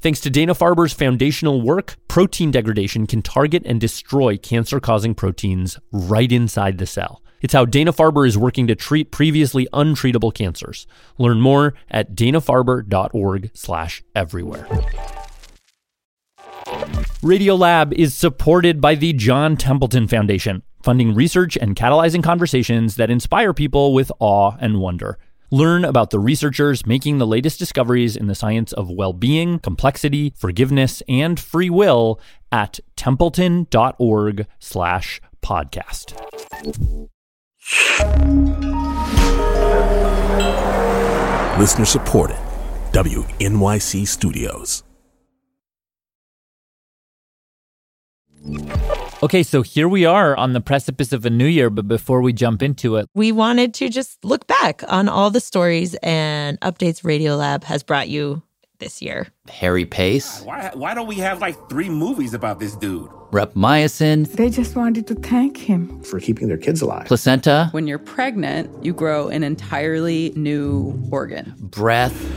Thanks to Dana Farber's foundational work, protein degradation can target and destroy cancer causing proteins right inside the cell. It's how Dana Farber is working to treat previously untreatable cancers. Learn more at danafarber.org slash everywhere. Radiolab is supported by the John Templeton Foundation, funding research and catalyzing conversations that inspire people with awe and wonder. Learn about the researchers making the latest discoveries in the science of well being, complexity, forgiveness, and free will at templeton.org slash podcast. Listener supported. WNYC Studios. Okay, so here we are on the precipice of a new year, but before we jump into it, we wanted to just look back on all the stories and updates Radiolab has brought you this year. Harry Pace, Why, why don't we have like three movies about this dude? Rep Myosin, They just wanted to thank him. for keeping their kids alive. Placenta, When you're pregnant, you grow an entirely new organ. Breath,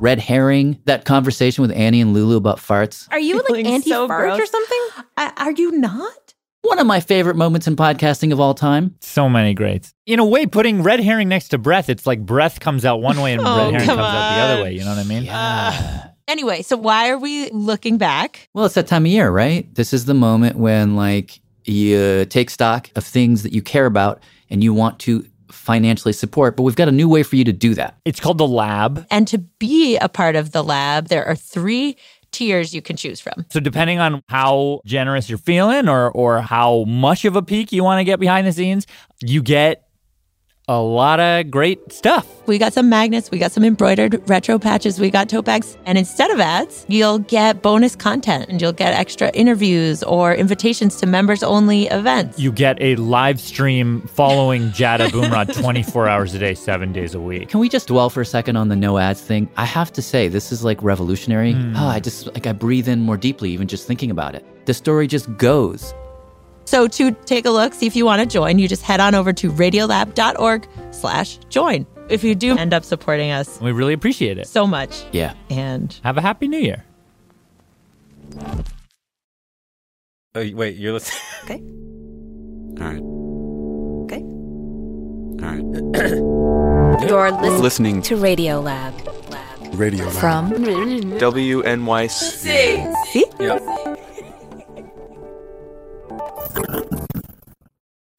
Red Herring, that conversation with Annie and Lulu about farts. Are you Feeling like anti so fart or gross. something? I, are you not? One of my favorite moments in podcasting of all time. so many greats. In a way, putting red herring next to breath, it's like breath comes out one way and Oh, red herring come comes out the other on. way. You know what I mean? Anyway, so why are we looking back? Well, it's that time of year, right? This is the moment when like you take stock of things that you care about and you want to financially support, but we've got a new way for you to do that. It's called the lab. And to be a part of the lab, there are three tiers you can choose from. So depending on how generous you're feeling or or how much of a peek you want to get behind the scenes, you get a lot of great stuff. We got some magnets, we got some embroidered retro patches, we got tote bags. And instead of ads, you'll get bonus content and you'll get extra interviews or invitations to members only events. You get a live stream following Jada Boomrod 24 hours a day, seven days a week. Can we just dwell for a second on the no ads thing? I have to say, this is like revolutionary. Hmm. Oh, I just like I breathe in more deeply even just thinking about it. The story just goes. So to take a look, see if you want to join, you just head on over to radiolab.org slash join. If you do end up supporting us We really appreciate it. so much. Yeah. And Have a happy new year. Oh, wait, you're listening. All right. Okay. All right. You're listening Listening to to Radio Lab. Radio Lab. From WNYC.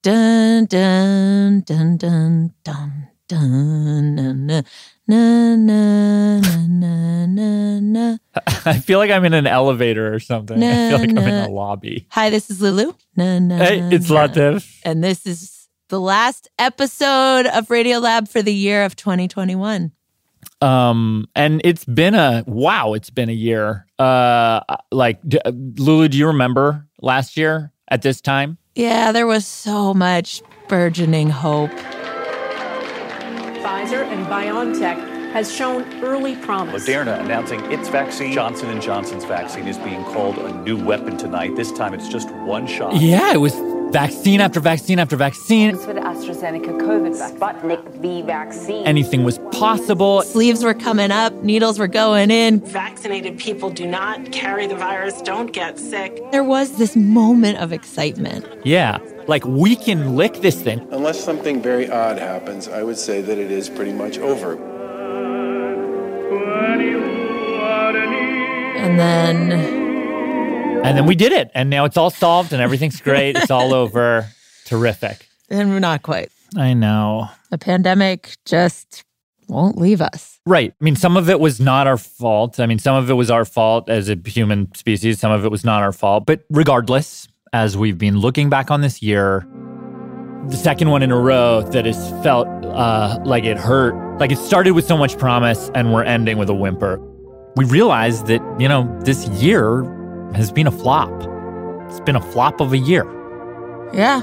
dun dun dun dun dun dun na na na na na na na. I feel like I'm in an elevator or something. I feel like I'm in a Na-na. lobby. Hi, this is Lulu. Na na. Hey, it's na. Latif. And this is the last episode of Radio Lab for the year of 2021. Um, and it's been a wow. It's been a year. Uh, like d- Lulu, do you remember last year at this time? Yeah, there was so much burgeoning hope. Pfizer and BioNTech has shown early promise. Moderna announcing its vaccine. Johnson and Johnson's vaccine is being called a new weapon tonight. This time, it's just one shot. Yeah, it was vaccine after vaccine after vaccine. For the AstraZeneca COVID Sputnik V vaccine. Anything was possible. Sleeves were coming up, needles were going in. Vaccinated people do not carry the virus, don't get sick. There was this moment of excitement. Yeah, like we can lick this thing. Unless something very odd happens, I would say that it is pretty much over. And then And then we did it. And now it's all solved and everything's great. It's all over. Terrific. and we're not quite. I know. The pandemic just won't leave us. Right. I mean, some of it was not our fault. I mean, some of it was our fault as a human species. Some of it was not our fault. But regardless, as we've been looking back on this year, the second one in a row that has felt uh, like it hurt. Like it started with so much promise and we're ending with a whimper. We realized that, you know, this year has been a flop. It's been a flop of a year. Yeah.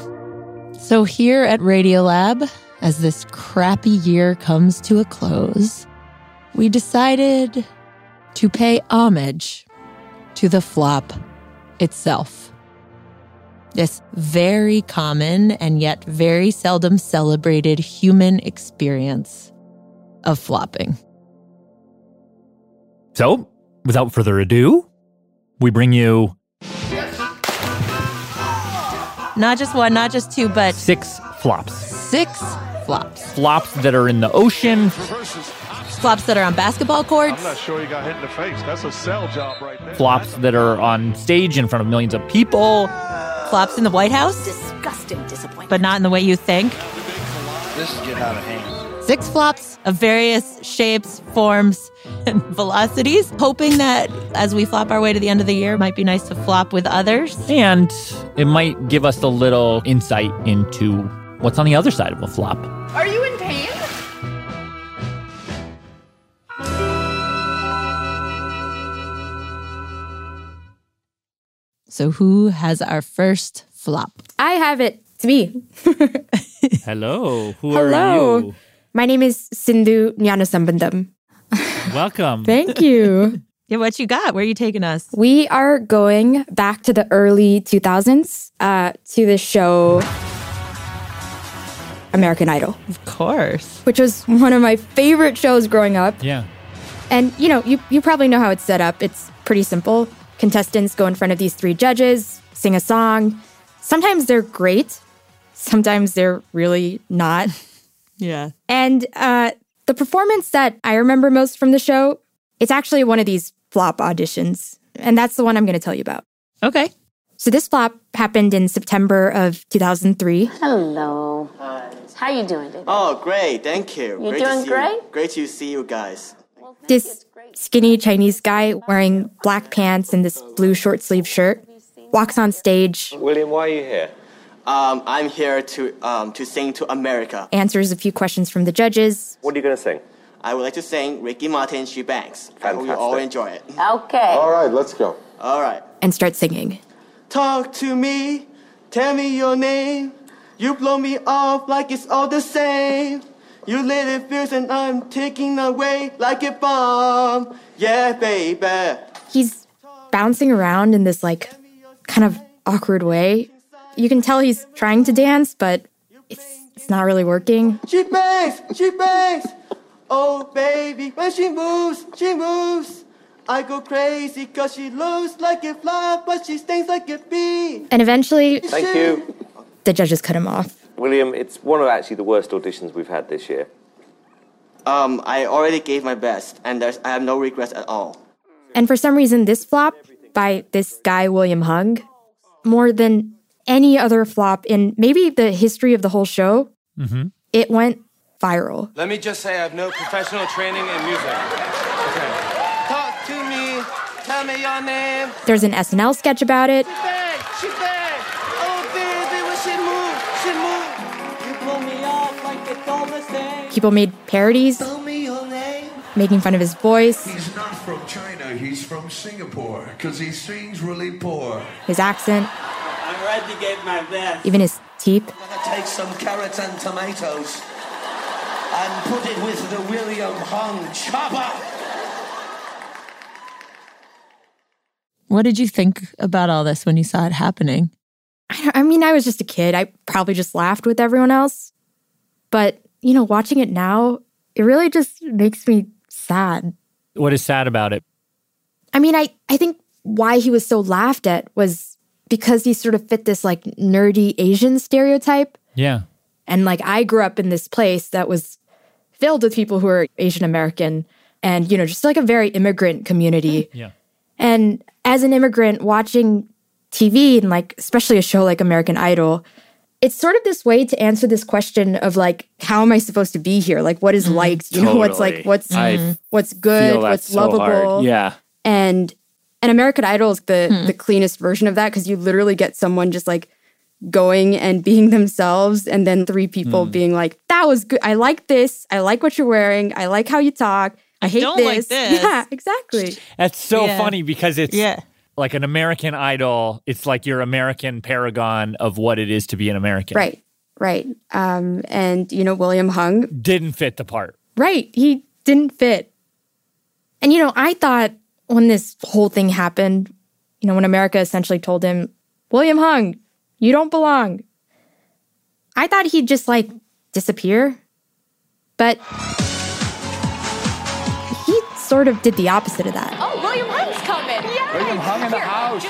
So here at Radiolab, as this crappy year comes to a close, we decided to pay homage to the flop itself. This very common and yet very seldom celebrated human experience of flopping. So, without further ado, we bring you Not just one, not just two, but six flops. six flops. Flops that are in the ocean, Flops that are on basketball courts. sure he got hit in the face. That's a sell job right there. flops that are on stage in front of millions of people. flops in the White House. Disgusting disappointment. but not in the way you think. This is get out of hand. Six flops of various shapes, forms, and velocities, hoping that as we flop our way to the end of the year, it might be nice to flop with others. And it might give us a little insight into what's on the other side of a flop. Are you in pain? So, who has our first flop? I have it. It's me. Hello. Who Hello. are you? My name is Sindhu Nyanasambandam. Hmm. Welcome. Thank you. yeah, what you got? Where are you taking us? We are going back to the early 2000s uh, to the show American Idol. Of course. Which was one of my favorite shows growing up. Yeah. And you know, you, you probably know how it's set up. It's pretty simple. Contestants go in front of these three judges, sing a song. Sometimes they're great, sometimes they're really not. Yeah. And uh, the performance that I remember most from the show, it's actually one of these flop auditions. And that's the one I'm going to tell you about. Okay. So this flop happened in September of 2003. Hello. How you doing today? Oh, great. Thank you. You're great to doing see You. great? Great to see you guys. This skinny Chinese guy wearing black pants and this blue short sleeve shirt walks on stage, William, why are you here? Um, I'm here to um, to sing to America. answers a few questions from the judges. What are you going to sing? I would like to sing Ricky Martin, She Banks. I hope you all Fantastic. enjoy it. Okay. All right, let's go. All right. And starts singing. Talk to me. Tell me your name. You blow me off like it's all the same. You lit it fierce and I'm taking away like a bomb. Yeah, baby. He's bouncing around in this, like, kind of awkward way. You can tell he's trying to dance, but it's, it's not really working. She bangs, she bangs. Oh baby, when she moves, she moves. I go crazy cause she looks like a fly, but she stings like a bee. And eventually, Thank you. the judges cut him off. William, it's one of actually the worst auditions we've had this year. Um, I already gave my best, and there's I have no regrets at all. And for some reason, this flop by this guy, William Hung, more than any other flop in maybe the history of the whole show, Mm-hmm. it went viral. Let me just say I have no professional training in music. Talk to me, tell me your name. There's an SNL sketch about it. She bangs, she bangs. Oh baby, when she moves, she moves. You blow me off like it's all the same. People made parodies, Tell me your name. making fun of his voice, He's not from China, he's from Singapore, because he sings really poor. his accent, I'm ready to get my best. even his teeth. I'm gonna take some carrots and tomatoes and put it with the William Hung chopper. What did you think about all this when you saw it happening? I, don't- I mean, I was just a kid. I probably just laughed with everyone else. But, you know, watching it now, it really just makes me sad. What is sad about it? I mean, I, I think why he was so laughed at was because he sort of fit this like nerdy Asian stereotype. Yeah. And like I grew up in this place that was filled with people who are Asian American and, you know, just like a very immigrant community. Yeah. And as an immigrant watching TV and like especially a show like American Idol, it's sort of this way to answer this question of like, how am I supposed to be here? Like what is liked? You know, what's like Mm-hmm. Totally. what's I what's good, feel that what's so hard. lovable. Yeah. And and American Idol is the Hmm. the cleanest version of that because you literally get someone just like going and being themselves and then three people Hmm. being like, that was good. I like this. I like what you're wearing. I like how you talk. I, hate don't like this. this. Yeah, exactly. That's so Yeah. funny because it's yeah. like an American Idol, it's like your American paragon of what it is to be an American. Right, right. Um, and, you know, William Hung. Didn't fit the part. Right. He didn't fit. And, you know, I thought when this whole thing happened, you know, when America essentially told him, William Hung, you don't belong, I thought he'd just like disappear. But he sort of did the opposite of that. Oh, William Hunt's coming. Yeah. William Hung in the house.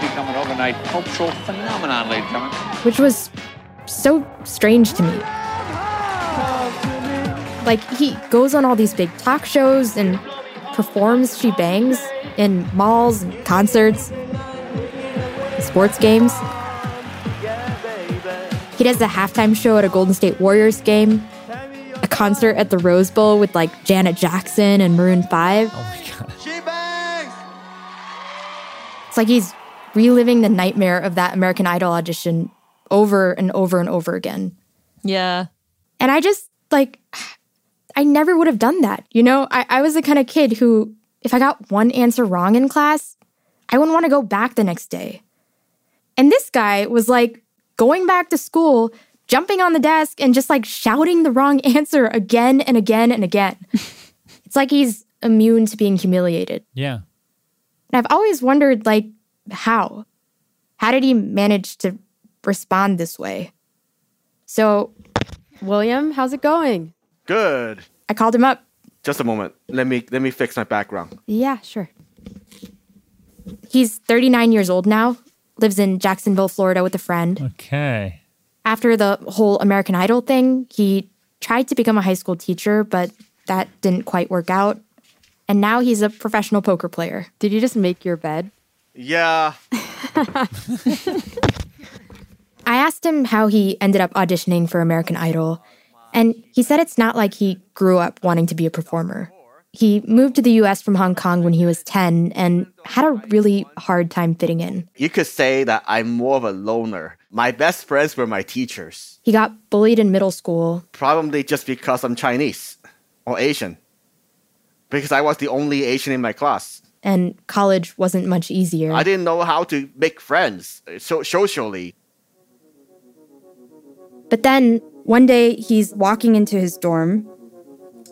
Become an overnight cultural phenomenon, ladies and gentlemen. which was so strange to me. Like, he goes on all these big talk shows and performs She Bangs in malls and concerts, sports games. He does a halftime show at a Golden State Warriors game, a concert at the Rose Bowl with like Janet Jackson and Maroon 5. It's like he's reliving the nightmare of that American Idol audition over and over and over again. Yeah. And I just like, I never would have done that. You know, I, I was the kind of kid who, if I got one answer wrong in class, I wouldn't want to go back the next day. And this guy was like going back to school, jumping on the desk, and just like shouting the wrong answer again and again and again. it's like he's immune to being humiliated. Yeah. And I've always wondered, like, how? How did he manage to respond this way? So, William, how's it going? Good. I called him up. Just a moment. Let me let me fix my background. Yeah, sure. He's 39 years old now, lives in Jacksonville, Florida with a friend. Okay. After the whole American Idol thing, he tried to become a high school teacher, but that didn't quite work out. And now he's a professional poker player. Did you just make your bed? Yeah. I asked him how he ended up auditioning for American Idol, and he said it's not like he grew up wanting to be a performer. He moved to the US from Hong Kong when he was 10 and had a really hard time fitting in. You could say that I'm more of a loner. My best friends were my teachers. He got bullied in middle school. Probably just because I'm Chinese or Asian. Because I was the only Asian in my class. And college wasn't much easier. I didn't know how to make friends uh, so- socially. But then one day he's walking into his dorm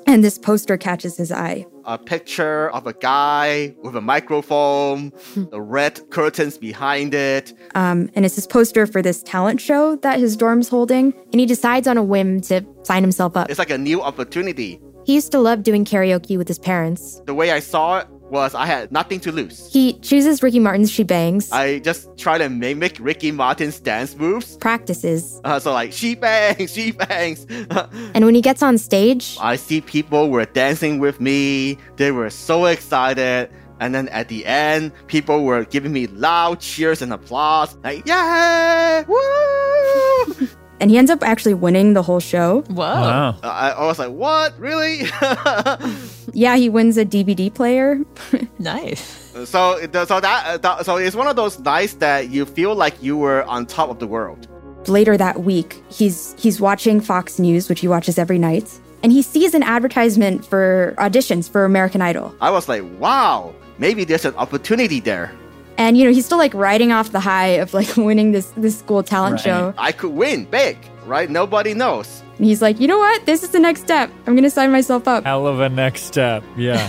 and this poster catches his eye. A picture of a guy with a microphone, the red curtains behind it. Um, and it's this poster for this talent show that his dorm's holding. And he decides on a whim to sign himself up. It's like a new opportunity. He used to love doing karaoke with his parents. The way I saw it was I had nothing to lose. He chooses Ricky Martin's She Bangs, I just try to mimic Ricky Martin's dance moves. practices, Uh, so like she bangs, she bangs. and when he gets on stage, I see people were dancing with me. They were so excited. And then at the end, people were giving me loud cheers and applause. Like, yeah, woo! and he ends up actually winning the whole show. Whoa. Uh, I, I was like, what? Really? Yeah, he wins a DVD player. nice. so, it- so that, uh, that, so it's one of those nights that you feel like you were on top of the world. Later that week, he's he's watching Fox News, which he watches every night, and he sees an advertisement for auditions for American Idol. I was like, wow, maybe there's an opportunity there. And you know, he's still like riding off the high of like winning this this school talent show. I could win big, right? Nobody knows. And he's like, "You know what? This is the next step. I'm going to sign myself up." Hell of a next step. Yeah.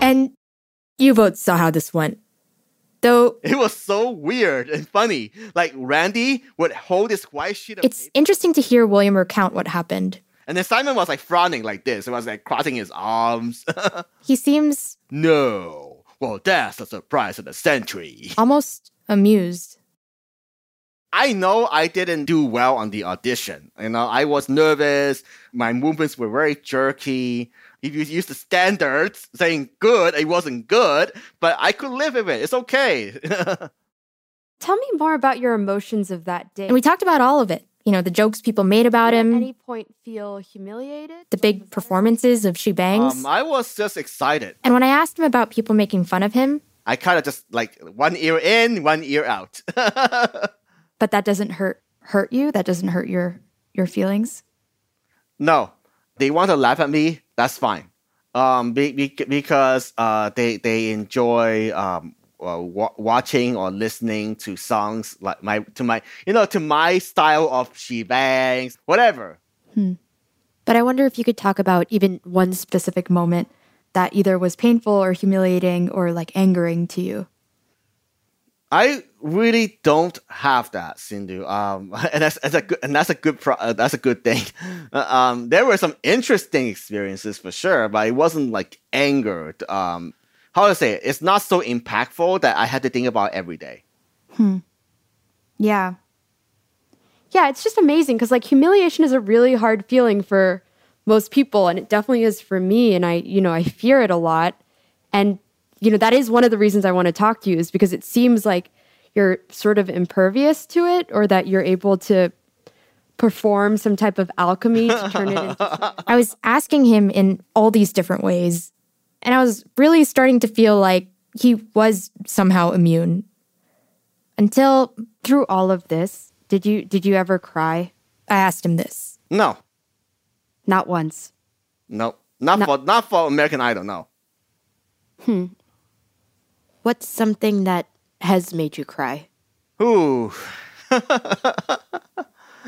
And you both saw how this went. Though It was so weird and funny. Like Randy would hold his white sheet of it's interesting to hear William recount what happened. and then Simon was like frowning like this. It was like crossing his arms. He seems no. Well, that's the surprise of the century. almost amused. I know I didn't do well on the audition. You know, I was nervous. My movements were very jerky. If you use the standards, saying good, it wasn't good, but I could live with it. It's okay. Tell me more about your emotions of that day. And we talked about all of it. You know, the jokes people made about At him, any point, feel humiliated? the big performances of She Bangs. um, I was just excited. and when I asked him about people making fun of him, I kind of just like one ear in, one ear out. but that doesn't hurt hurt you, that doesn't hurt your your feelings. No, they want to laugh at me. That's fine. um, be, be, because uh, they they enjoy um, uh, wa- watching or listening to songs like my to my you know to my style of she bangs whatever. Hmm. But I wonder if you could talk about even one specific moment that either was painful or humiliating or like angering to you. I really don't have that, Sindhu. Um, and that's, that's a good, and that's a good, pro, uh, that's a good thing. Uh, um, there were some interesting experiences for sure, but it wasn't like angered. Um, how to say it? It's not so impactful that I had to think about every day. Hmm. Yeah. Yeah, it's just amazing because like humiliation is a really hard feeling for most people, and it definitely is for me. And I, you know, I fear it a lot, and you know that is one of the reasons i want to talk to you is because it seems like you're sort of impervious to it or that you're able to perform some type of alchemy to turn it into i was asking him in all these different ways and i was really starting to feel like he was somehow immune until through all of this did you did you ever cry i asked him this no not once no not, for not for american idol no hmm What's something that has made you cry? Ooh.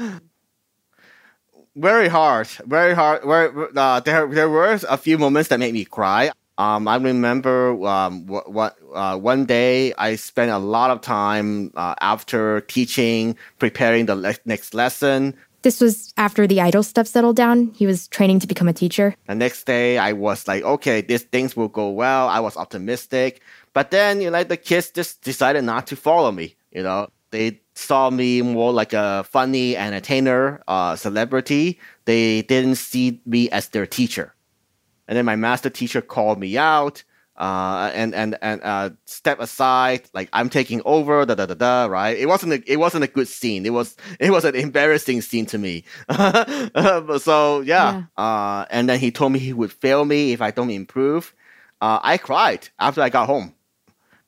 very hard. Very hard. Very, uh, there, there were a few moments that made me cry. Um, I remember um, what, what uh, one day I spent a lot of time uh, after teaching, preparing the le- next lesson. This was after the idol stuff settled down. He was training to become a teacher. The next day, I was like, okay, these things will go well. I was optimistic. But then, you know, like the kids just decided not to follow me. You know, they saw me more like a funny entertainer, uh, celebrity. They didn't see me as their teacher. And then my master teacher called me out uh, and and and uh, step aside, like I'm taking over, da da da da. Right? It wasn't a, it wasn't a good scene. It was it was an embarrassing scene to me. so yeah. yeah. Uh, and then he told me he would fail me if I don't improve. Uh, I cried after I got home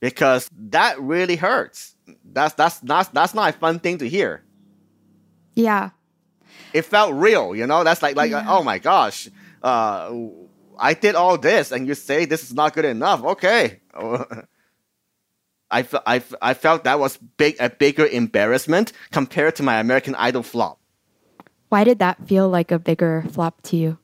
because that really hurts. That's that's that's that's not a fun thing to hear. Yeah, it felt real. You know, that's like like yeah. oh my gosh, uh, I did all this, and you say this is not good enough. Okay, I, f- I, f- I felt that was big a bigger embarrassment compared to my American Idol flop. Why did that feel like a bigger flop to you?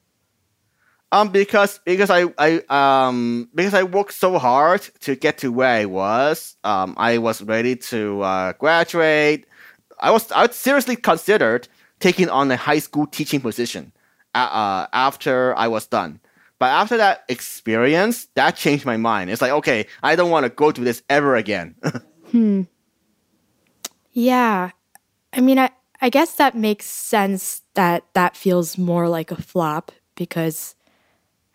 Um, because because I, I um because I worked so hard to get to where I was. Um, I was ready to uh, graduate. I was I seriously considered taking on a high school teaching position. Uh, after I was done, but after that experience, that changed my mind. It's like okay, I don't want to go through this ever again. hmm. Yeah, I mean, I I guess that makes sense that that feels more like a flop because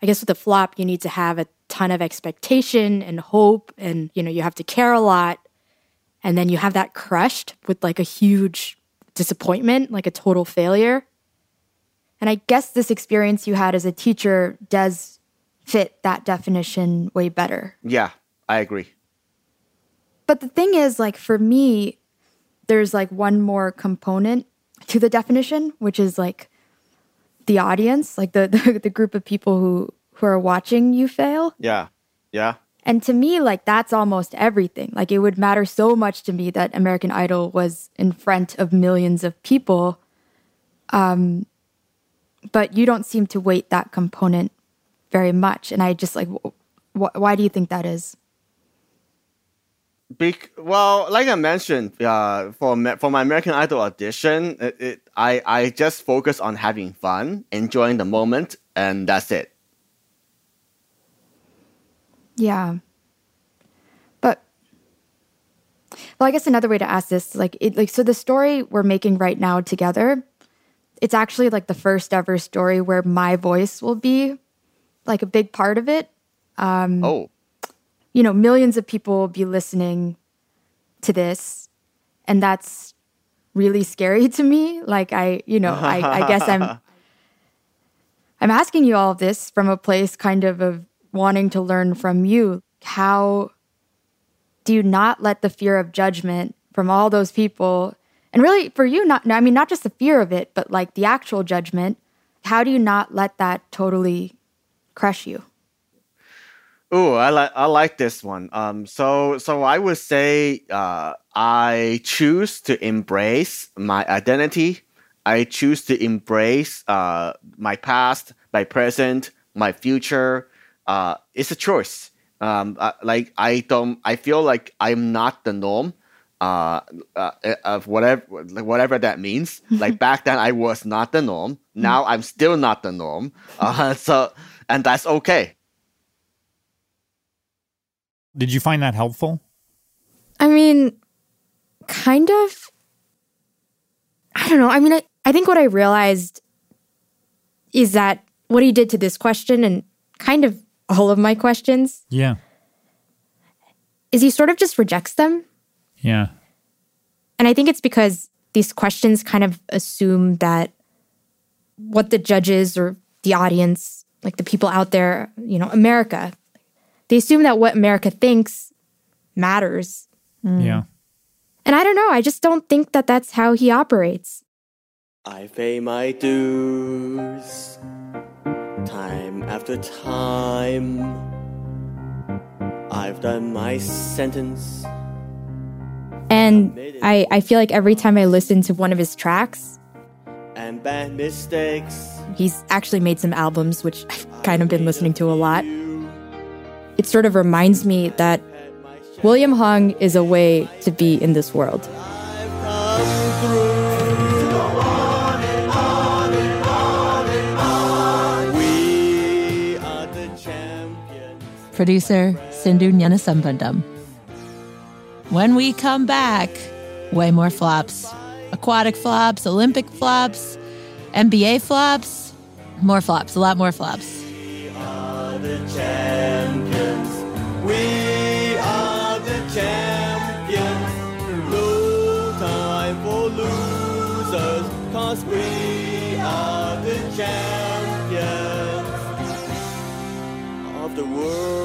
I guess with a flop, you need to have a ton of expectation and hope, and you know you have to care a lot, and then you have that crushed with like a huge disappointment, like a total failure. And I guess this experience you had as a teacher does fit that definition way better. Yeah, I agree. But the thing is, like for me, there's like one more component to the definition, which is like the audience, like the, the the, group of people who who are watching you fail. Yeah. Yeah. And to me, like that's almost everything. Like it would matter so much to me that American Idol was in front of millions of people. Um but you don't seem to weight that component very much and I just like wh- why do you think that is? Be- well, like I mentioned, uh, for me- for my American Idol audition, it, it, I I just focus on having fun, enjoying the moment, and that's it. Yeah. But well, I guess another way to ask this, like it, like so, the story we're making right now together, it's actually like the first ever story where my voice will be like a big part of it. Um, oh you know, millions of people will be listening to this. And that's really scary to me. Like I, you know, I, I, guess I'm I'm asking you all of this from a place kind of of wanting to learn from you. How do you not let the fear of judgment from all those people and really for you not I mean not just the fear of it, but like the actual judgment, how do you not let that totally crush you? Ooh, I like I like this one. Um, so so I would say uh, I choose to embrace my identity. I choose to embrace uh, my past, my present, my future. Uh, it's a choice. Um, I, like I don't. I feel like I'm not the norm. Uh, uh, of whatever whatever that means. like back then, I was not the norm. Now I'm still not the norm. Uh, so and that's okay. Did you find that helpful? I mean, kind of. I don't know. I mean, I, I think what I realized is that what he did to this question and kind of all of my questions Yeah. is he sort of just rejects them. Yeah. And I think it's because these questions kind of assume that what the judges or the audience, like the people out there, you know, America, they assume that what America thinks matters. Yeah. And I don't know. I just don't think that that's how he operates. I pay my dues time after time. I've done my sentence. And I, I feel like every time I listen to one of his tracks, and bad mistakes. he's actually made some albums, which I've kind of been listening to a lot. It sort of reminds me that William Hung is a way to be in this world. Producer Sindhu Nyanasambandam. When we come back, way more flops aquatic flops, Olympic flops, NBA flops, more flops, a lot more flops. are the champions. We are the champions. No time for losers, cause we are the champions of the world.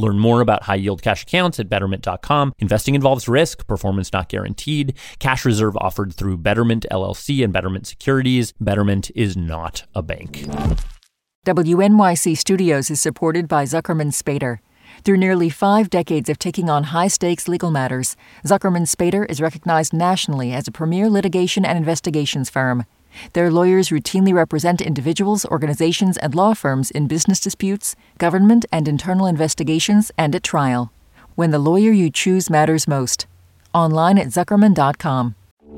Learn more about high yield cash accounts at betterment.com. Investing involves risk, performance not guaranteed. Cash reserve offered through Betterment LLC and Betterment Securities. Betterment is not a bank. WNYC Studios is supported by Zuckerman Spader. Through nearly five decades of taking on high stakes legal matters, Zuckerman Spader is recognized nationally as a premier litigation and investigations firm. Their lawyers routinely represent individuals, organizations, and law firms in business disputes, government and internal investigations, and at trial. When the lawyer you choose matters most. Online at Zuckerman.com.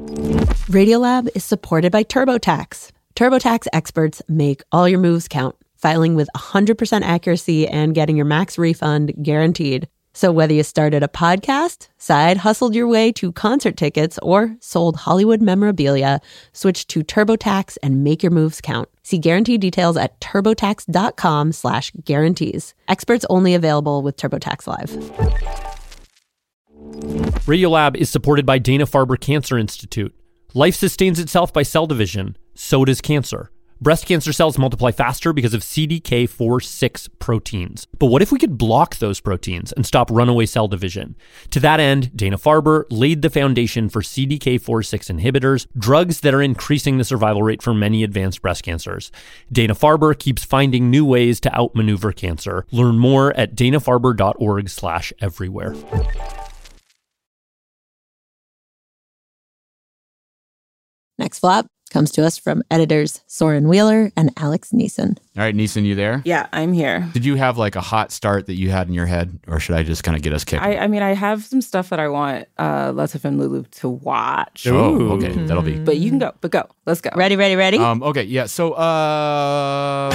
Radiolab is supported by TurboTax. TurboTax experts make all your moves count, filing with 100% accuracy and getting your max refund guaranteed. So whether you started a podcast, side hustled your way to concert tickets, or sold Hollywood memorabilia, switch to TurboTax and make your moves count. See guarantee details at turbotax.com slash guarantees. Experts only available with TurboTax Live. Radiolab is supported by Dana Farber Cancer Institute. Life sustains itself by cell division, so does cancer. Breast cancer cells multiply faster because of CDK46 proteins. But what if we could block those proteins and stop runaway cell division? To that end, Dana Farber laid the foundation for CDK46 inhibitors, drugs that are increasing the survival rate for many advanced breast cancers. Dana Farber keeps finding new ways to outmaneuver cancer. Learn more at danafarber.org/everywhere. Next flop comes to us from editors Soren Wheeler and Alex Neeson. All right, Neeson, you there? Yeah, I'm here. Did you have like a hot start that you had in your head, or should I just kind of get us kicked? I, I mean, I have some stuff that I want uh, Let's FM Lulu to watch. Hmm. Oh, okay, that'll be. But you can go, but go. Let's go. Ready, ready, ready? Um, okay, yeah. So, uh.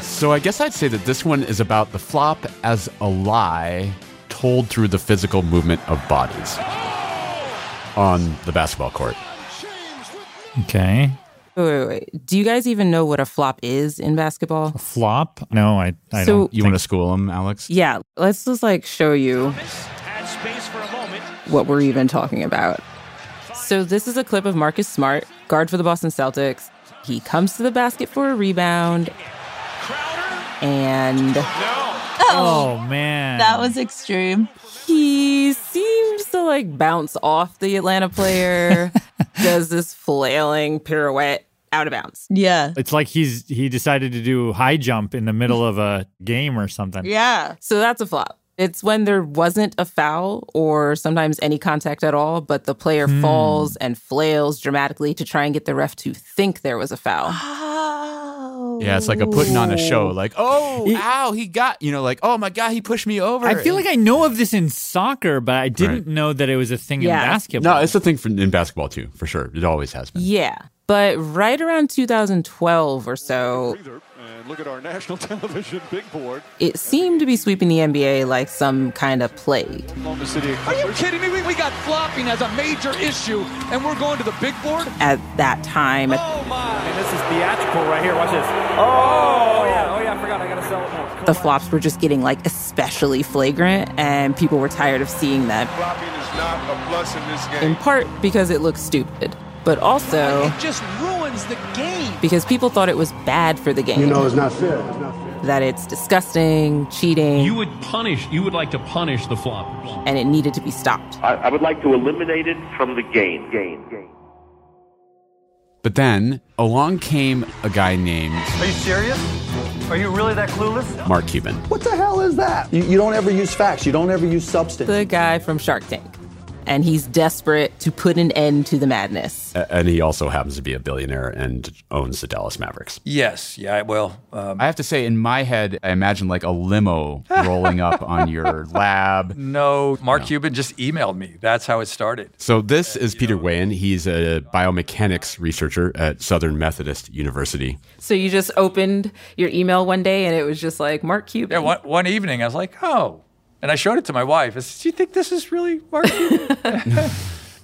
So I guess I'd say that this one is about the flop as a lie told through the physical movement of bodies on the basketball court. Okay. Wait, wait, wait. Do you guys even know what a flop is in basketball? Flop? No, I, I So- don't. You want to school him, Alex? Yeah, let's just like show you what we're even talking about. So, this is a clip of Marcus Smart, guard for the Boston Celtics. He comes to the basket for a rebound. And Oh, man. That was extreme. he seems to like bounce off the Atlanta player, does this flailing pirouette out of bounds. Yeah. It's like he's he decided to do high jump in the middle of a game or something. Yeah. So that's a flop. It's when there wasn't a foul or sometimes any contact at all, but the player Hmm. falls and flails dramatically to try and get the ref to think there was a foul. Yeah, it's like a putting on a show. Like, oh, ow, he got, you know, like, oh my God, he pushed me over. I feel like I know of this in soccer, but I didn't know that it was a thing in basketball. No, it's a thing for, in basketball too, for sure. It always has been. Yeah. But right around 2012 or so, And look at our national television big board. it seemed to be sweeping the NBA like some kind of plague. Oklahoma City. Are you kidding me? We, we got flopping as a major issue, and we're going to the big board? At that time, And this is theatrical right here. Watch this. Oh, yeah. Oh, yeah. I forgot. I got to sell it now. the flops were just getting like especially flagrant, and people were tired of seeing them, Flopping is not a plus in this in part because it looked stupid, but also It just ruins the game. because people thought it was bad for the game. fair. That it's disgusting, cheating, You would punish, you would like to punish the floppers. and it needed to be stopped. I, I would like to eliminate it from the game. Game. But then along came a guy named Are you serious? Are you really that clueless? Mark Cuban. What the hell is that? You, you don't ever use facts. You don't ever use substance. The guy from Shark Tank, and he's desperate to put an end to the madness. A- And he also happens to be a billionaire and owns the Dallas Mavericks. Yes. Yeah. Well, um, I have to say, in my head, I imagine like a limo rolling up on your lab. no. Mark Cuban just emailed me. That's how it started. So, this is Peter Wayan. He's a biomechanics researcher at Southern Methodist University. So you just opened your email one day, and it was just like Mark Cuban. Yeah. One, one evening, I was like, oh. And I showed it to my wife. I said, do you think this is really Mark Cuban?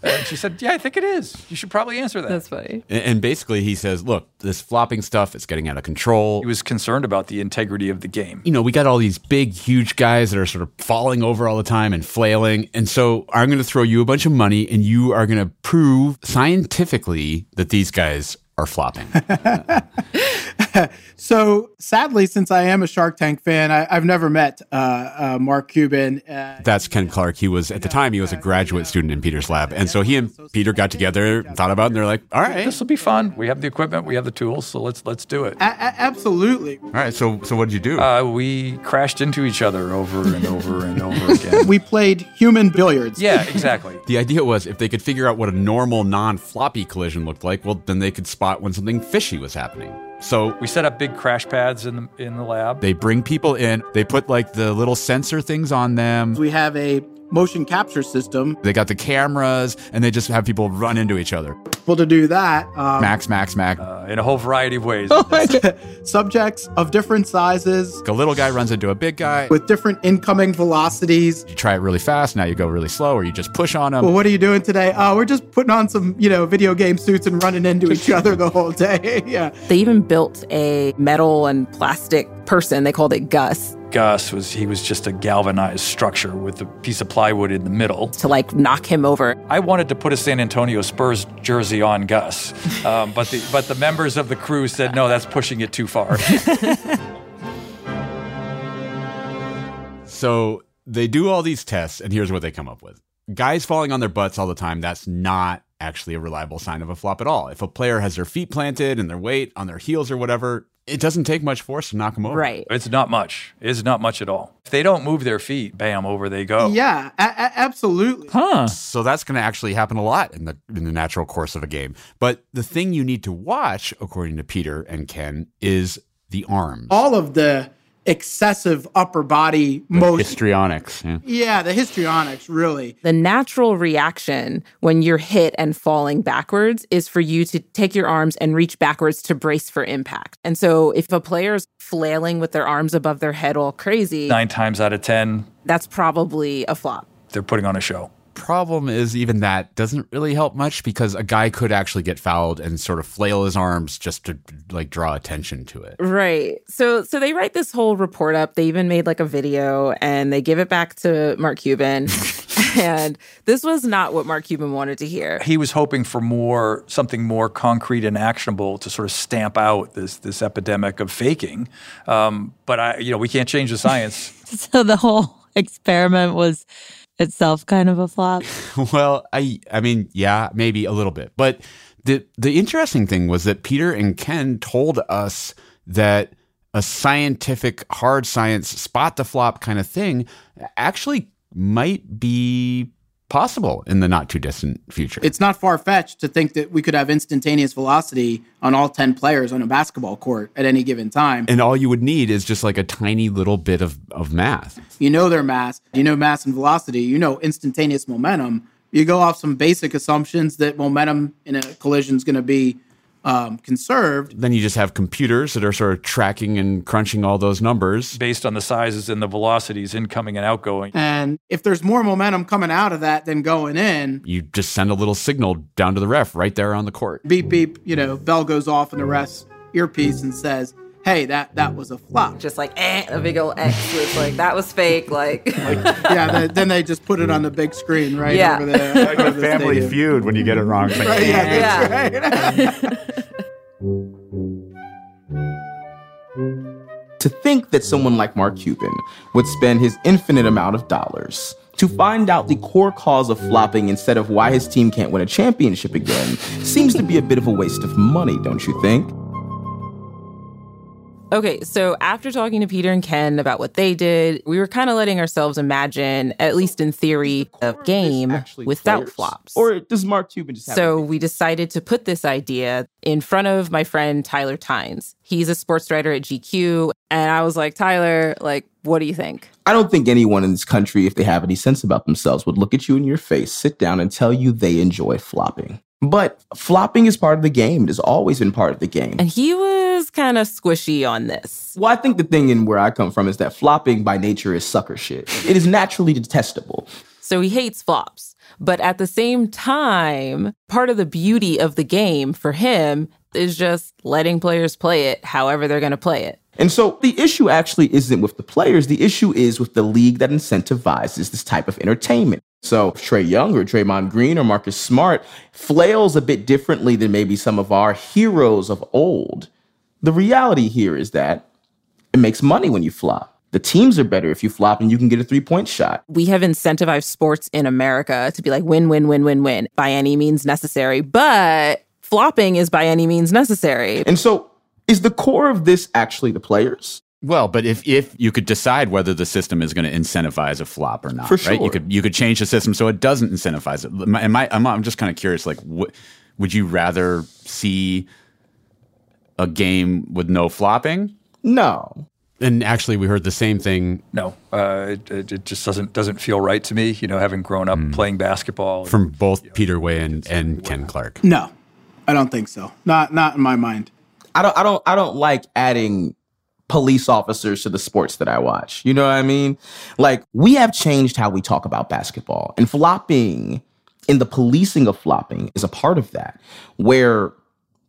and she said, yeah, I think it is. You should probably answer that. That's funny. A- And basically, he says, look, this flopping stuff is getting out of control. He was concerned about the integrity of the game. You know, we got all these big, huge guys that are sort of falling over all the time and flailing. And so, I'm going to throw you a bunch of money and you are going to prove scientifically that these guys are flopping. So sadly, since I am a Shark Tank fan, I, I've never met uh, uh, Mark Cuban. Uh, That's Ken Clark. He was at the time he was a graduate student in Peter's lab, and so he and Peter got together, thought about, it, and they're like, "All right, This will be fun. We have the equipment. We have the tools. So let's let's do it. a- a- absolutely. all right." So, so what did you do? Uh, we crashed into each other over and over and over again. We played human billiards. Yeah, exactly. the idea was if they could figure out what a normal non-floppy collision looked like, well, then they could spot when something fishy was happening. So We set up big crash pads in the in the lab. they bring people in, they put like the little sensor things on them. We have a motion capture system. They got the cameras, and they just have people run into each other. Able to do that. Um, Max, Max, Max. Uh, in a whole variety of ways. subjects of different sizes a little guy runs into a big guy. with different incoming velocities. You try it really fast. Now you go really slow, or you just push on Um, them. Well, what are you doing today? Oh, we're just putting on some, you know, video game suits and running into each other the whole day. yeah. They even built a metal and plastic person. They called it Gus Gus was he was just a galvanized structure with a piece of plywood in the middle. to like knock him over. I wanted to put a San Antonio Spurs jersey on Gus, um, but the but the members of the crew said no, that's pushing it too far. So they do all these tests, and here's what they come up with. Guys falling on their butts all the time, that's not actually a reliable sign of a flop at all. If a player has their feet planted and their weight on their heels or whatever, It doesn't take much force to knock them over. Right. It's not much. It's not much at all. If they don't move their feet, bam, over they go. Yeah, a- a- absolutely. Huh. So that's going to actually happen a lot in the in the natural course of a game. But the thing you need to watch, according to Peter and Ken, is the arms. All of the excessive upper body motion. histrionics. Yeah. Yeah, the histrionics, really. The natural reaction when you're hit and falling backwards is for you to take your arms and reach backwards to brace for impact. And so if a player's flailing with their arms above their head all crazy, Nine times out of 10, that's probably a flop. they're putting on a show. Problem is, even that doesn't really help much because a guy could actually get fouled and sort of flail his arms just to like draw attention to it. Right. So so they write this whole report up. They even made like a video and they give it back to Mark Cuban. and this was not what Mark Cuban wanted to hear. He was hoping for more, something more concrete and actionable to sort of stamp out this this epidemic of faking. Um, but I, you know, we can't change the science. So the whole experiment was itself kind of a flop. well, I I mean, yeah, maybe a little bit. But the the interesting thing was that Peter and Ken told us that a scientific hard science spot the flop kind of thing actually might be possible in the not too distant future. It's not far fetched to think that we could have instantaneous velocity on all 10 players on a basketball court at any given time. and all you would need is just like a tiny little bit of, of math. You know their mass, you know mass and velocity, you know instantaneous momentum. You go off some basic assumptions that momentum in a collision is going to be um, conserved. Then you just have computers that are sort of tracking and crunching all those numbers. based on the sizes and the velocities incoming and outgoing. And if there's more momentum coming out of that than going in, You just send a little signal down to the ref right there on the court. beep, beep, you know, bell goes off in the ref's earpiece and says, hey, that, that was a flop. Just like eh, a big old X was like that was fake. Like yeah, they, then they just put it on the big screen right Yeah. over there. Like over the stadium. feud when you get it wrong. It's like, Right, yeah, eh. that's right. To think that someone like Mark Cuban would spend his infinite amount of dollars to find out the core cause of flopping instead of why his team can't win a championship again seems to be a bit of a waste of money, don't you think? Okay, so after talking to Peter and Ken about what they did, we were kind of letting ourselves imagine, at least in theory, a game without players? flops. Or does Mark Cuban just have a So we decided to put this idea in front of my friend Tyler Tynes. He's a sports writer at GQ, and I was like, Tyler, like, what do you think? I don't think anyone in this country, if they have any sense about themselves, would look at you in your face, sit down, and tell you they enjoy flopping. But flopping is part of the game. It has always been part of the game. And he was kind of squishy on this. Well, I think the thing in where I come from is that flopping by nature is sucker shit. It is naturally detestable. So he hates flops. But at the same time, part of the beauty of the game for him is just letting players play it however they're going to play it. And so the issue actually isn't with the players. The issue is with the league that incentivizes this type of entertainment. So if Trey Young or Draymond Green or Marcus Smart flails a bit differently than maybe some of our heroes of old. The reality here is that it makes money when you flop. The teams are better if you flop and you can get a three point shot. we have incentivized sports in America to be like win, win, win, win, win by any means necessary. But flopping is by any means necessary. And so is the core of this actually the players? Well, but if if you could decide whether the system is going to incentivize a flop or not, For right? You sure. could you could change the system so it doesn't incentivize it. My- Am I, I'm I'm just kind of curious. Like, wh- would you rather see a game with no flopping? No. And actually, we heard the same thing No, uh, it, it, it just doesn't doesn't feel right to me. You know, having grown up playing basketball. Hmm. from both Peter Way and, and Ken Clark. No, I don't think so. Not not in my mind. I don't I don't I don't like adding police officers to the sports that I watch. You know what I mean? Like we have changed how we talk about basketball and flopping and the policing of flopping is a part of that where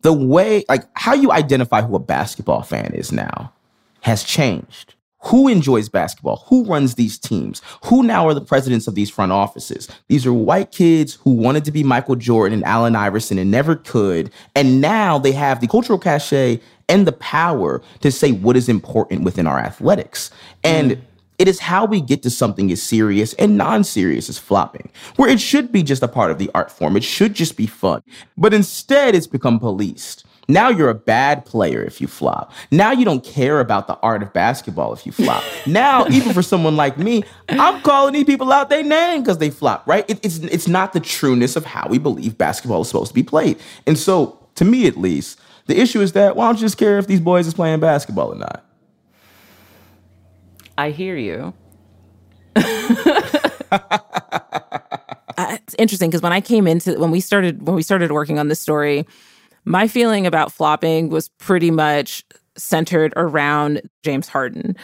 the way like how you identify who a basketball fan is now has changed. Who enjoys basketball? Who runs these teams? Who now are the presidents of these front offices? These are white kids who wanted to be Michael Jordan and Allen Iverson and never could. And now they have the cultural cachet and the power to say what is important within our athletics. And it is how we get to something as serious and non serious as flopping, where it should be just a part of the art form. It should just be fun. But instead, it's become policed. Now you're a bad player if you flop. Now you don't care about the art of basketball if you flop. now, even for someone like me, I'm calling these people out their name because they flop, right? It, it's, it's not the trueness of how we believe basketball is supposed to be played. And so, to me at least, the issue is that why don't you just care if these boys is playing basketball or not? I hear you. Uh, it's interesting because when I came into when we started when we started working on this story, my feeling about flopping was pretty much centered around James Harden,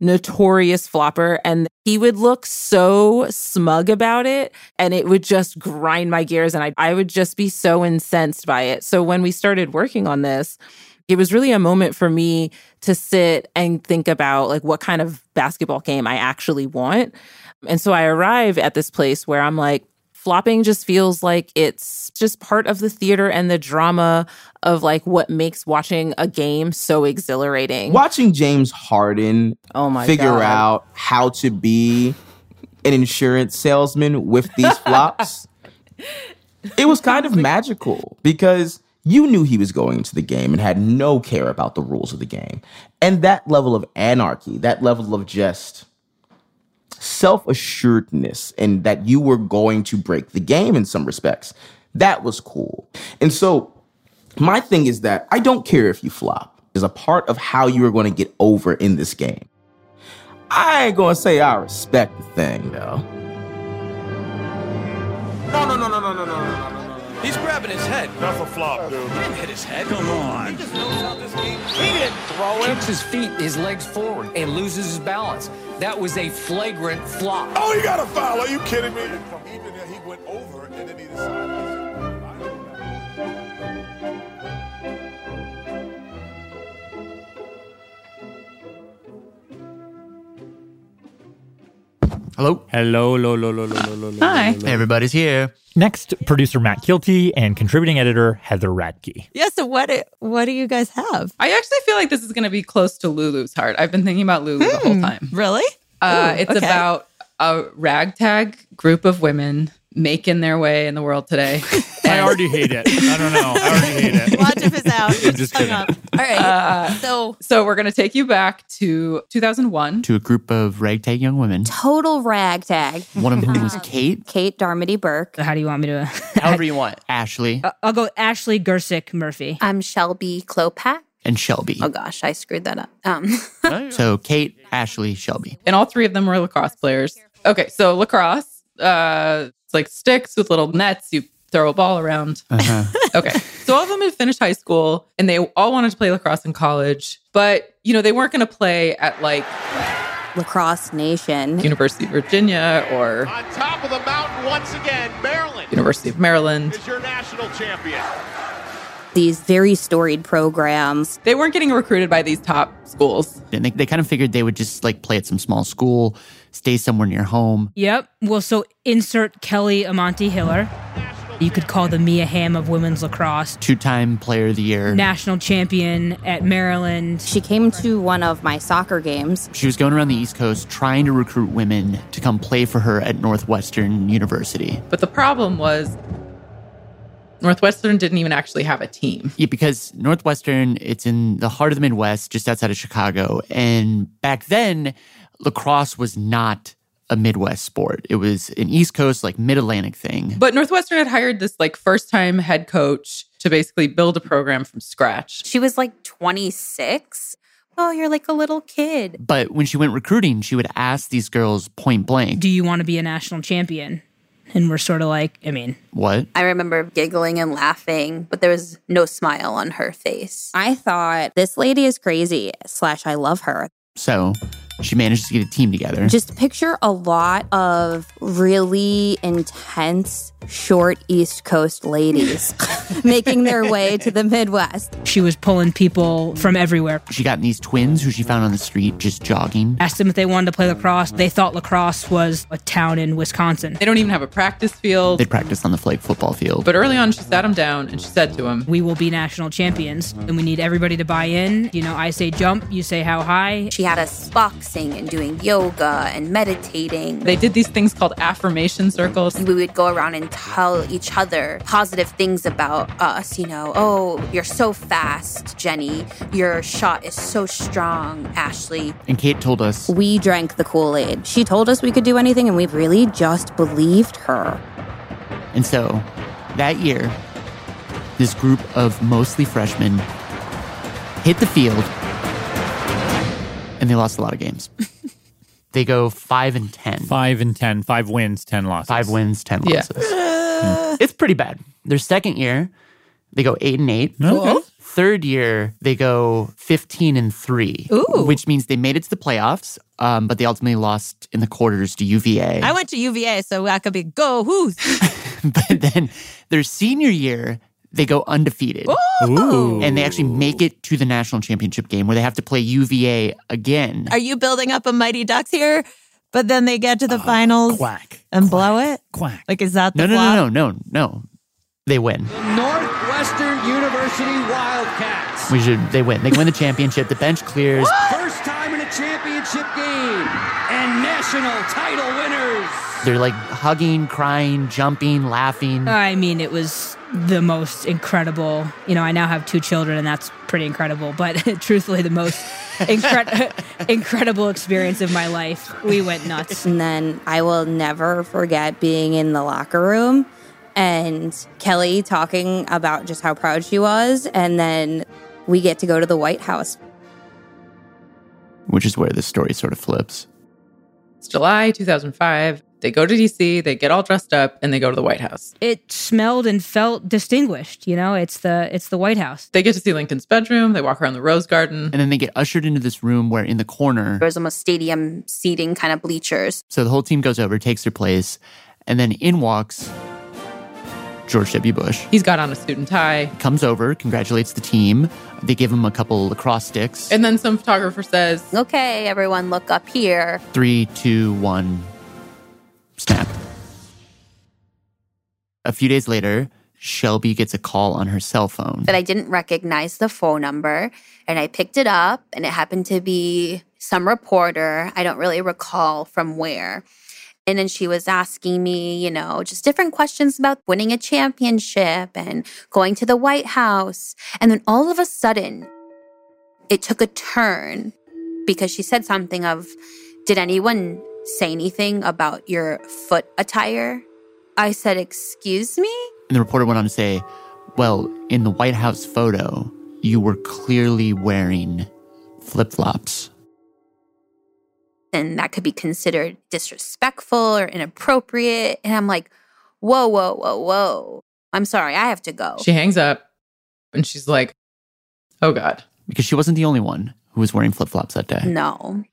notorious flopper, and he would look so smug about it, and it would just grind my gears, and I I would just be so incensed by it. So when we started working on this. It was really a moment for me to sit and think about like what kind of basketball game I actually want. And so I arrive at this place where I'm like, flopping just feels like it's just part of the theater and the drama of like what makes watching a game so exhilarating. Watching James Harden Oh my figure God. out how to be an insurance salesman with these flops, it was kind of magical because you knew he was going into the game and had no care about the rules of the game. And that level of anarchy, that level of just self assuredness, and that you were going to break the game in some respects, that was cool. And so my thing is that I don't care if you flop. Is a part of how you are going to get over in this game. I ain't going to say I respect the thing though. No, no, no, no, no, no, no, no, no, no. He's grabbing his head. That's a flop, dude. He didn't hit his head. Come on. He just knows how this game. He didn't throw it. Kicks his feet, his legs forward, and loses his balance. That was a flagrant flop. Oh, he got a foul. Are you kidding me? Even if he went over and then he decided. Hello. Hello, lo, lo, lo, lo, lo, lo, lo. Hi. Hey, everybody's here. Next, producer Matt Kilty and contributing editor Heather Radke. Yeah. So what? i- What do you guys have? I actually feel like this is going to be close to Lulu's heart. I've been thinking about Lulu the whole time. Hmm. Really? Uh, Ooh, it's okay. about a ragtag group of women making their way in the world today. I already hate it. I don't know. I already hate it. Watch if it's out. I'm just kidding. All right. Uh, so, we're going to take you back to 2001. to a group of ragtag young women. Total ragtag. Um, One of whom was Kate, Kate Darmody Burke. How do you want me to? however you want, Ashley, I'll go Ashley Gersick Murphy. I'm Shelby Klopak. and Shelby. Oh gosh, I screwed that up. Um, So Kate, Ashley, Shelby. And all three of them were lacrosse players. Okay, so lacrosse, uh, it's like sticks with little nets. You throw a ball around. okay. So all of them had finished high school and they all wanted to play lacrosse in college, but you know, they weren't going to play at like Lacrosse Nation, University of Virginia or On top of the mountain once again, Maryland University of Maryland. is your national champion. these very storied programs. They weren't getting recruited by these top schools. And they, they kind of figured they would just like play at some small school, stay somewhere near home. Yep. Well, so insert Kelly Amonte Hiller. You could call the Mia Hamm of women's lacrosse. Two time player of the year. National champion at Maryland. She came to one of my soccer games. She was going around the East Coast trying to recruit women to come play for her at Northwestern University. But the problem was Northwestern didn't even actually have a team. Yeah, because Northwestern, it's in the heart of the Midwest, just outside of Chicago. And back then, lacrosse was not a Midwest sport. It was an East Coast, like mid Atlantic thing. But Northwestern had hired this like first time head coach to basically build a program from scratch. She was like 26. Oh, you're like a little kid. But when she went recruiting, she would ask these girls point blank, Do you want to be a national champion? And we're sort of like, I mean, What? I remember giggling and laughing, but there was no smile on her face. I thought, this lady is crazy, slash, I love her. So she managed to get a team together. Just picture a lot of really intense, short East Coast ladies making their way to the Midwest. she was pulling people from everywhere. she got these twins who she found on the street just jogging. Asked them if they wanted to play lacrosse. They thought lacrosse was a town in Wisconsin. They don't even have a practice field. They practiced on the flag football field. But early on, she sat him down and she said to him, We will be national champions, and we need everybody to buy in. You know, I say jump, you say how high. She had a Spock relaxing and doing yoga and meditating. They did these things called affirmation circles. We would go around and tell each other positive things about us, you know, oh, you're so fast, Jenny. Your shot is so strong, Ashley. And Kate told us We drank the Kool Aid. She told us we could do anything, and we really just believed her. And so that year, this group of mostly freshmen hit the field and they lost a lot of games. they go five and 10. Five and 10, five wins, 10 losses. Five wins, 10 Yeah. losses. It's pretty bad. Their second year, they go eight and eight. Okay. Third year, they go 15 and three, Ooh. which means they made it to the playoffs, um, but they ultimately lost in the quarters to UVA. I went to UVA, so I could be go who's. Their senior year, they go undefeated. Ooh. And they actually make it to the national championship game where they have to play UVA again. Are you building up a mighty ducks here? But then they get to the finals Oh, quack, and blow it. Quack. Like is that No, the no, flop? no, no, no, no. They win. Northwestern University Wildcats. We should. They win. They win the championship. The bench clears. First time in a championship game and national title winners. They're like hugging, crying, jumping, laughing. I mean, it was the most incredible. You know, I now have two children, and that's pretty incredible. But truthfully, the most incre- incredible experience of my life. We went nuts. And then I will never forget being in the locker room and Kelly talking about just how proud she was. And then we get to go to the White House. Which is where this story sort of flips. It's July 2005. They go to DC, they get all dressed up, and they go to the White House. It smelled and felt distinguished. You know, it's the it's the White House. They get to see Lincoln's bedroom, they walk around the Rose Garden. And then they get ushered into this room where in the corner, There was almost stadium seating kind of bleachers. so the whole team goes over, takes their place, and then in walks George W. Bush. He's got on a suit and tie. Comes over, congratulates the team. They give him a couple lacrosse sticks. And then some photographer says, Okay, everyone, look up here. Three, two, one, snap. A few days later, Shelby gets a call on her cell phone. But I didn't recognize the phone number. And I picked it up, and it happened to be some reporter. I don't really recall from where. And then she was asking me, you know, just different questions about winning a championship and going to the White House. And then all of a sudden, it took a turn because she said something of, Did anyone say anything about your foot attire? I said, Excuse me? And the reporter went on to say, Well, in the White House photo, you were clearly wearing flip flops. and that could be considered disrespectful or inappropriate. And I'm like, whoa, whoa, whoa, whoa. I'm sorry, I have to go. She hangs up and she's like, Oh God. Because she wasn't the only one who was wearing flip flops that day. No.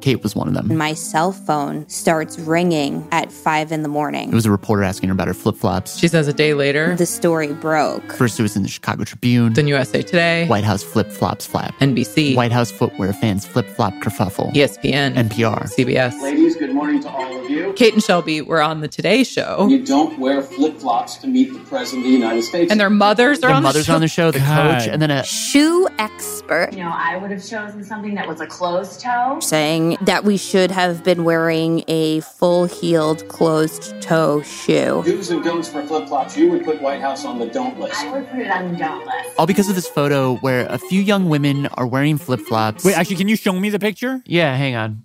Kate was one of them. My cell phone starts ringing at five in the morning. It was a reporter asking her about her flip flops. She says a day later, the story broke. First, it was in the Chicago Tribune, then USA Today, White House flip flops flap, NBC, White House footwear fans flip flop kerfuffle, E ESPN, NPR. CBS. Ladies, good morning to all of you. Kate and Shelby were on the Today Show. You don't wear flip flops to meet the President of the United States. And their mothers are The on mother's the show. on the show, the God. coach, and then a. Shoe expert You know, I would have chosen something that was a closed toe. saying that we should have been wearing a full heeled closed toe shoe. Do's and don'ts for flip flops. You would put White House on the don't list. I would put it on the don't list. All because of this photo where a few young women are wearing flip flops. Wait, actually, can you show me the picture? Yeah, hang on.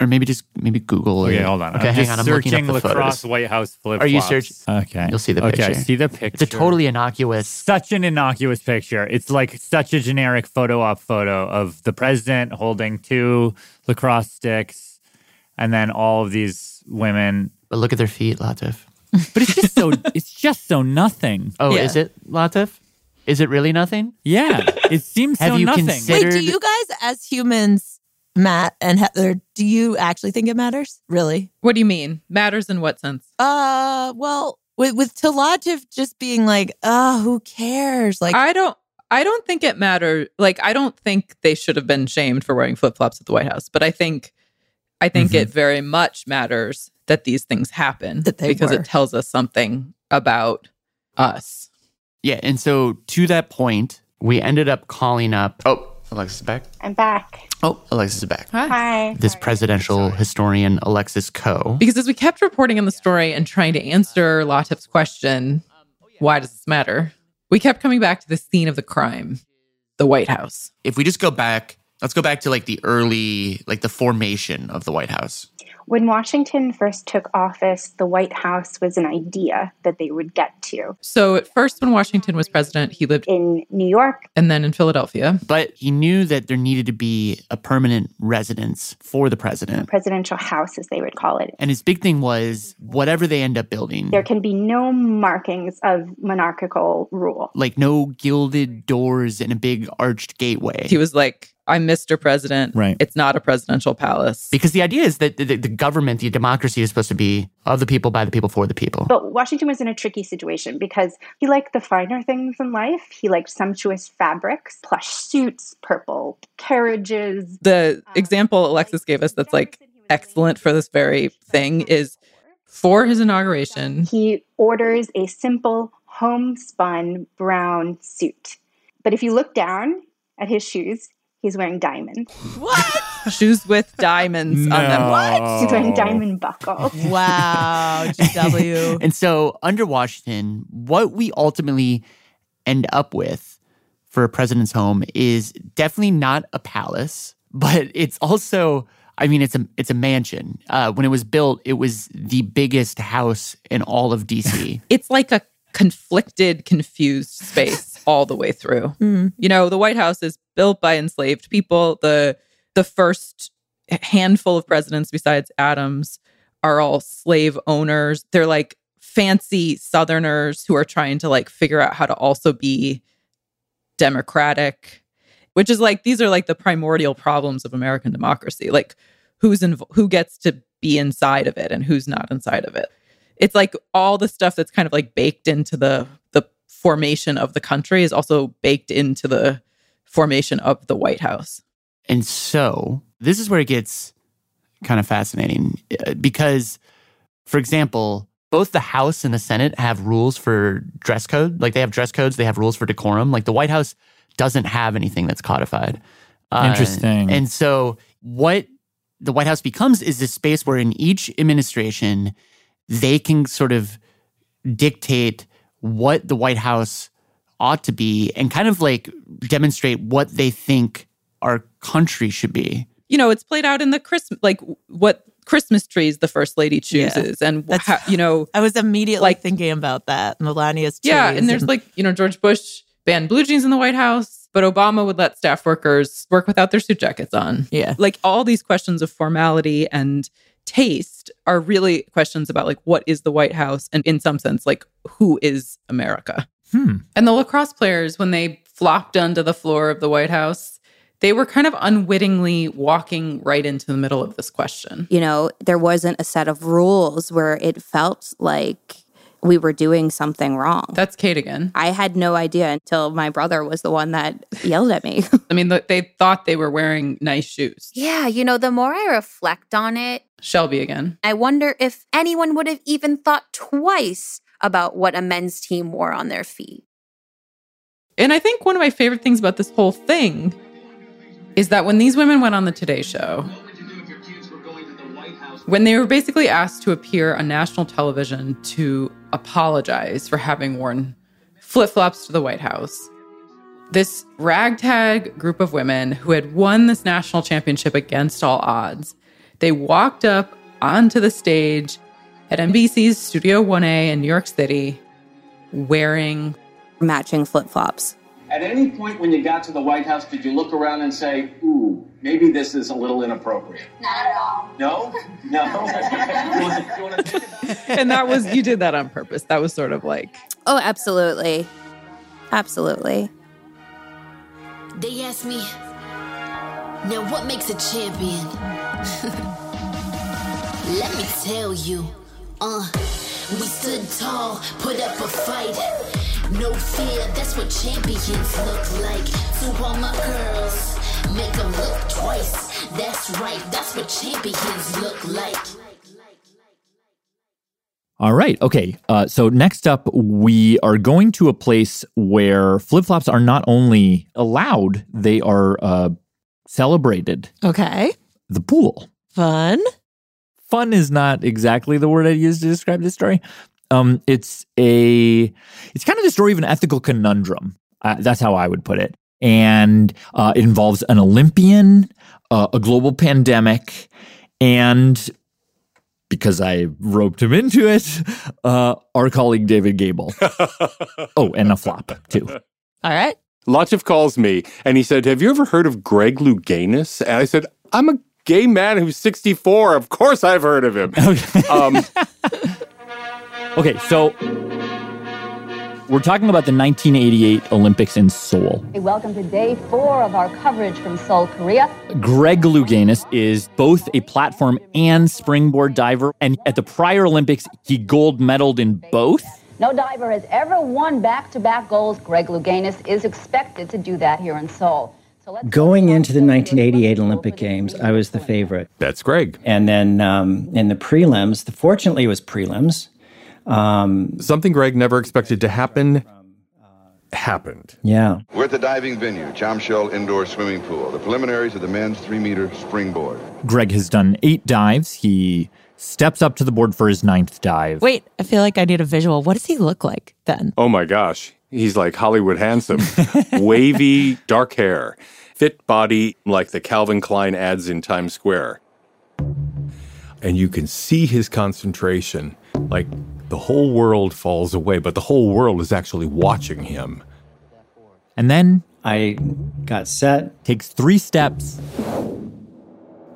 Or maybe just maybe Google. Okay, it. hold on. Okay, I'm hang just on. I'm searching looking up the lacrosse photos. White House flip. Are you searching? Okay, You'll see the okay, I picture. see the picture. It's a totally innocuous. Such an innocuous picture. It's like such a generic photo op photo of the president holding two lacrosse sticks, and then all of these women. But look at their feet, Latif. But it's just so. it's just so nothing. Oh, is it Latif? Is it really nothing? Yeah, it seems Have so you nothing. considered? Wait, do you guys as humans, Matt and Heather, do you actually think it matters? Really? What do you mean? Matters in what sense? Uh, well, with with Talajiv just being like, oh, who cares? Like, I don't I don't think it mattered. Like I don't think they should have been shamed for wearing flip-flops at the White House, but I think I think it very much matters that these things happen That they because were. it tells us something about us. Yeah, and so to that point, we ended up calling up. Oh, Alexis is back. I'm back. Oh, Alexis is back. Hi. This presidential historian, Alexis Coe. Because as we kept reporting on the story and trying to answer Latif's question, why does this matter? We kept coming back to the scene of the crime, the White House. If we just go back, let's go back to like the early, like the formation of the White House. When Washington first took office, the White House was an idea that they would get to. So at first, when Washington was president, he lived in New York and then in Philadelphia. But he knew that there needed to be a permanent residence for the president. Presidential House, as they would call it. And his big thing was whatever they end up building, There can be no markings of monarchical rule. like no gilded doors and a big arched gateway. He was like, I'm Mr. President. Right. It's not a presidential palace. Because the idea is that the, the government, the democracy is supposed to be of the people, by the people, for the people. But Washington was in a tricky situation because he liked the finer things in life. He liked sumptuous fabrics, plush suits, purple carriages. The example Alexis gave us that's like excellent for this very thing is for his inauguration, He orders a simple homespun brown suit. But if you look down at his shoes, he's wearing diamonds. shoes with diamonds on them. He's wearing diamond buckles. Wow, GW. and so, under Washington, what we ultimately end up with for a president's home is definitely not a palace, but it's also, I mean, it's a it's a mansion. Uh, when it was built, it was the biggest house in all of DC. It's like a conflicted, confused space all the way through. Mm. You know, the White House is built by enslaved people. The the first handful of presidents besides Adams are all slave owners. They're like fancy southerners who are trying to like figure out how to also be democratic, which is like these are like the primordial problems of American democracy. Like who's inv- who gets to be inside of it and who's not inside of it. It's like all the stuff that's kind of like baked into the the formation of the country is also baked into the formation of the White House. And so this is where it gets kind of fascinating uh, because, for example, both the House and the Senate have rules for dress code. Like they have dress codes, they have rules for decorum. Like the White House doesn't have anything that's codified. Uh, Interesting. And so what the White House becomes is this space where in each administration, they can sort of dictate what the White House ought to be and kind of like demonstrate what they think our country should be. You know, it's played out in the Christmas like what Christmas trees the first lady chooses and wh- how, you know I was immediately thinking about that. Melania's Yeah, trees and there's like, you know, George Bush banned blue jeans in the White House, but Obama would let staff workers work without their suit jackets on. Yeah. Like all these questions of formality and taste are really questions about like what is the White House and in some sense like who is America. Hmm. And the lacrosse players when they flopped onto the floor of the White House, they were kind of unwittingly walking right into the middle of this question. You know, there wasn't a set of rules where it felt like we were doing something wrong. That's Kate again. I had no idea until my brother was the one that yelled at me. I mean, th- they thought they were wearing nice shoes. yeah, you know, the more I reflect on it, Shelby again. I wonder if anyone would have even thought twice about what a men's team wore on their feet. And I think one of my favorite things about this whole thing is that when these women went on the Today Show, when they were basically asked to appear on national television to apologize for having worn flip flops to the White House, this ragtag group of women who had won this national championship against all odds, they walked up onto the stage at NBC's Studio 1A in New York City wearing matching flip flops. At any point when you got to the White House, did you look around and say, ooh, maybe this is a little inappropriate? Not at all. No? No. and that was you did that on purpose. That was sort of like Oh, absolutely. Absolutely. They asked me, now what makes a champion? Let me tell you, uh, we stood tall, put up a fight. No fear, that's what champions look like. To all my girls, make them look twice. That's right, that's what champions look like. All right. Okay. Uh, so next up, we are going to a place where flip flops are not only allowed, they are uh, celebrated. Okay. The pool. Fun. Fun is not exactly the word I'd use to describe this story. Um, it's a, it's kind of the story of an ethical conundrum. Uh, that's how I would put it. And uh, it involves an Olympian, uh, a global pandemic, and because I roped him into it, uh, our colleague David Gable. oh, and a flop too. All right. Lotchev calls me and he said, Have you ever heard of Greg Louganis? And I said, I'm a gay man who's 64. Of course I've heard of him. um, Okay, so we're talking about the 1988 Olympics in Seoul. Welcome to day four of our coverage from Seoul, Korea. Greg Louganis is both a platform and springboard diver, and at the prior Olympics, he gold medaled in both. No diver has ever won back-to-back goals. Greg Louganis is expected to do that here in Seoul. So let's Going into the 1988 Olympic Games, I was the favorite. That's Greg. And then um, in the prelims, the, fortunately, it was prelims. Um, Something Greg never expected to happen happened. yeah. We're at the diving venue, Chamshel Indoor Swimming Pool, the preliminaries of the men's three meter springboard. Greg has done eight dives. He steps up to the board for his ninth dive. Wait, I feel like I need a visual. What does he look like then? Oh my gosh. He's like Hollywood handsome, wavy, dark hair, fit body, like the Calvin Klein ads in Times Square. And you can see his concentration. Like the whole world falls away, but the whole world is actually watching him. And then I got set. Takes three steps.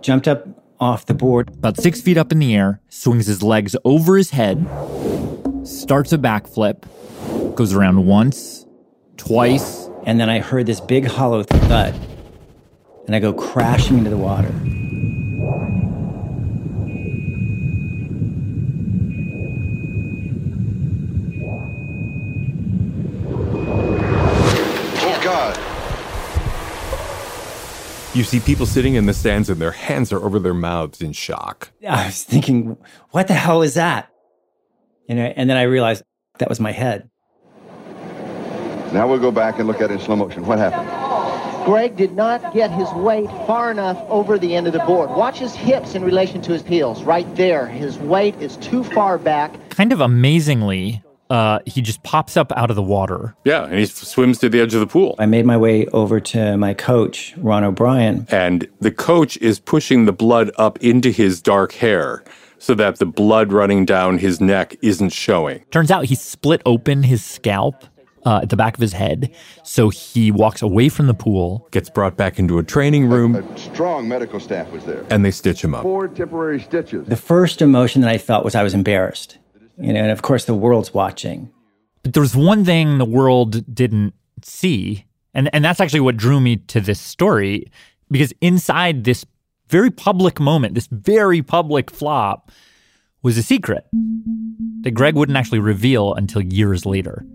Jumped up off the board. About six feet up in the air, swings his legs over his head, starts a backflip, goes around once, twice. And then I heard this big hollow thud. And I go crashing into the water. Oh, God. You see people sitting in the stands and their hands are over their mouths in shock. I was thinking, what the hell is that? And, I, and then I realized that was my head. Now we'll go back and look at it in slow motion. What happened? Greg did not get his weight far enough over the end of the board. Watch his hips in relation to his heels. Right there, his weight is too far back. Kind of amazingly, uh, he just pops up out of the water. Yeah, and he swims to the edge of the pool. I made my way over to my coach, Ron O'Brien. And the coach is pushing the blood up into his dark hair so that the blood running down his neck isn't showing. Turns out he split open his scalp uh, at the back of his head. So he walks away from the pool, gets brought back into a training room, Strong medical staff was there. and they stitch him up. Four temporary stitches. The first emotion that I felt was I was embarrassed. You know, and of course the world's watching. But there was one thing the world didn't see, and, and that's actually what drew me to this story, because inside this very public moment, this very public flop, was a secret that Greg wouldn't actually reveal until years later.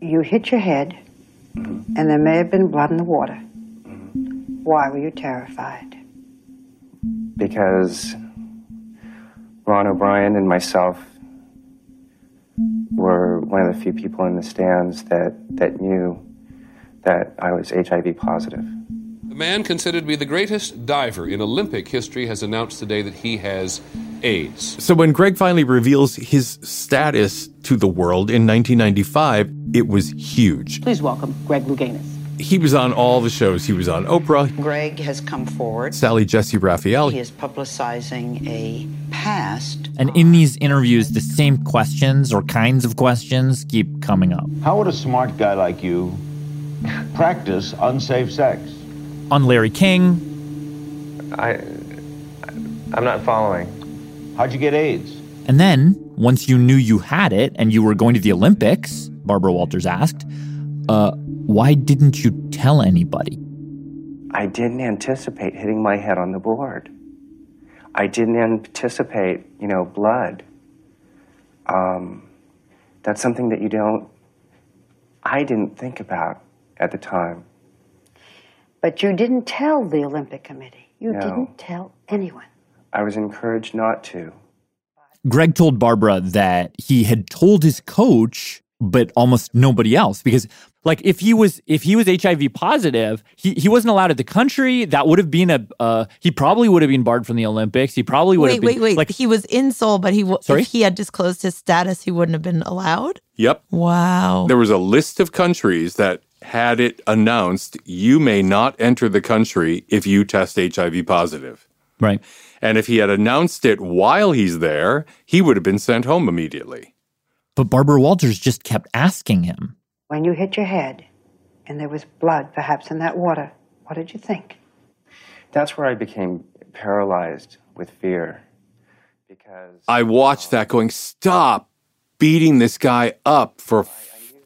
You hit your head, and there may have been blood in the water. Why were you terrified? because Ron O'Brien and myself were one of the few people in the stands that, that knew that I was HIV positive. The man considered to be the greatest diver in Olympic history has announced today that he has AIDS. So when Greg finally reveals his status to the world in 1995, it was huge. Please welcome Greg Louganis. He was on all the shows. He was on Oprah, Greg has come forward. Sally Jesse Raphael. He is publicizing a past. And in these interviews, the same questions or kinds of questions keep coming up. How would a smart guy like you practice unsafe sex? On Larry King, I, I'm not following. How'd you get AIDS? and then once you knew you had it and you were going to the Olympics, Barbara Walters asked, uh, why didn't you tell anybody? I didn't anticipate hitting my head on the board. I didn't anticipate, you know, blood. Um, that's something that you don't, I didn't think about at the time. But you didn't tell the Olympic Committee. You No. didn't tell anyone. I was encouraged not to. Greg told Barbara that he had told his coach, but almost nobody else because like if he was if he was HIV positive, he, he wasn't allowed at the country. That would have been a uh, he probably would have been barred from the Olympics. He probably would Wait, have been wait, wait. like he was in Seoul, but he w- Sorry? if he had disclosed his status, he wouldn't have been allowed. Yep. Wow. There was a list of countries that had it announced you may not enter the country if you test HIV positive. Right. And if he had announced it while he's there, he would have been sent home immediately. But Barbara Walters just kept asking him. When you hit your head and there was blood perhaps in that water, what did you think? That's where I became paralyzed with fear. I watched that going, stop beating this guy up for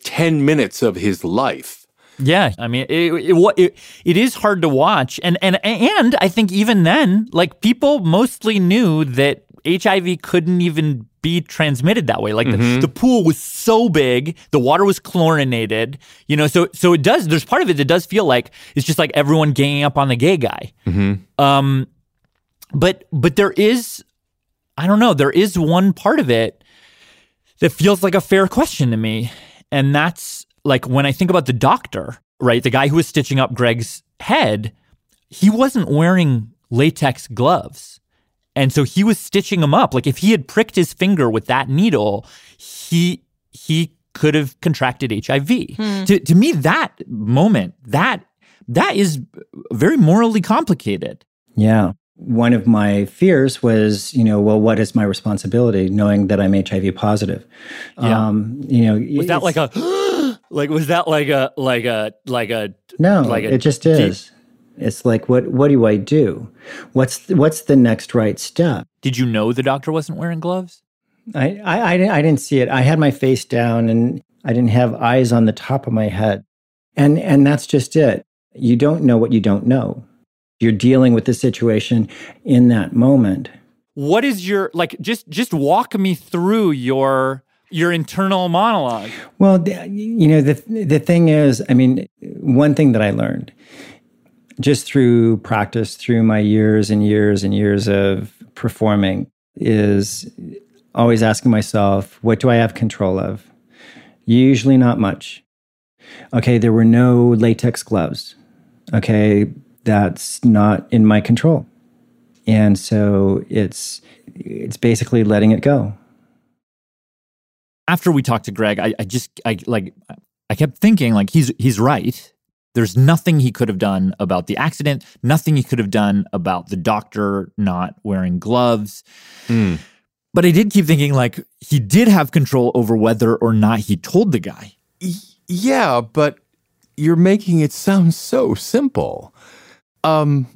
10 minutes of his life. Yeah, I mean, it, it, wa- it, it is hard to watch, and and and I think even then, like people mostly knew that HIV couldn't even be transmitted that way. Like Mhm. the, the pool was so big, the water was chlorinated, you know. So so it does. There's part of it that does feel like it's just like everyone ganging up on the gay guy. Mm-hmm. Um, but but there is, I don't know, there is one part of it that feels like a fair question to me, and that's like when I think about the doctor, right, the guy who was stitching up Greg's head, he wasn't wearing latex gloves. And so he was stitching him up. Like if he had pricked his finger with that needle, he he could have contracted HIV. Hmm. To to me, that moment, that that is very morally complicated. Yeah. One of my fears was, you know, well, what is my responsibility knowing that I'm HIV positive? Yeah. Um, you know, Was it's- that like a like was that like a like a like a No, like a it just deep- is. It's like what what do I do? What's what's the next right step? Did you know the doctor wasn't wearing gloves? I, I I didn't- I didn't see it. I had my face down and I didn't have eyes on the top of my head. And and that's just it. You don't know what you don't know. You're dealing with the situation in that moment. What is your like just just walk me through your your internal monologue. Well, the, you know, the the thing is, I mean, one thing that I learned just through practice, through my years and years and years of performing, is always asking myself, what do I have control of? Usually not much. Okay, there were no latex gloves. Okay, that's not in my control. And so it's it's basically letting it go. After we talked to Greg, I, I just I like I kept thinking like he's he's right. There's nothing he could have done about the accident, nothing he could have done about the doctor not wearing gloves. But I did keep thinking like he did have control over whether or not he told the guy. Yeah, but you're making it sound so simple. Um,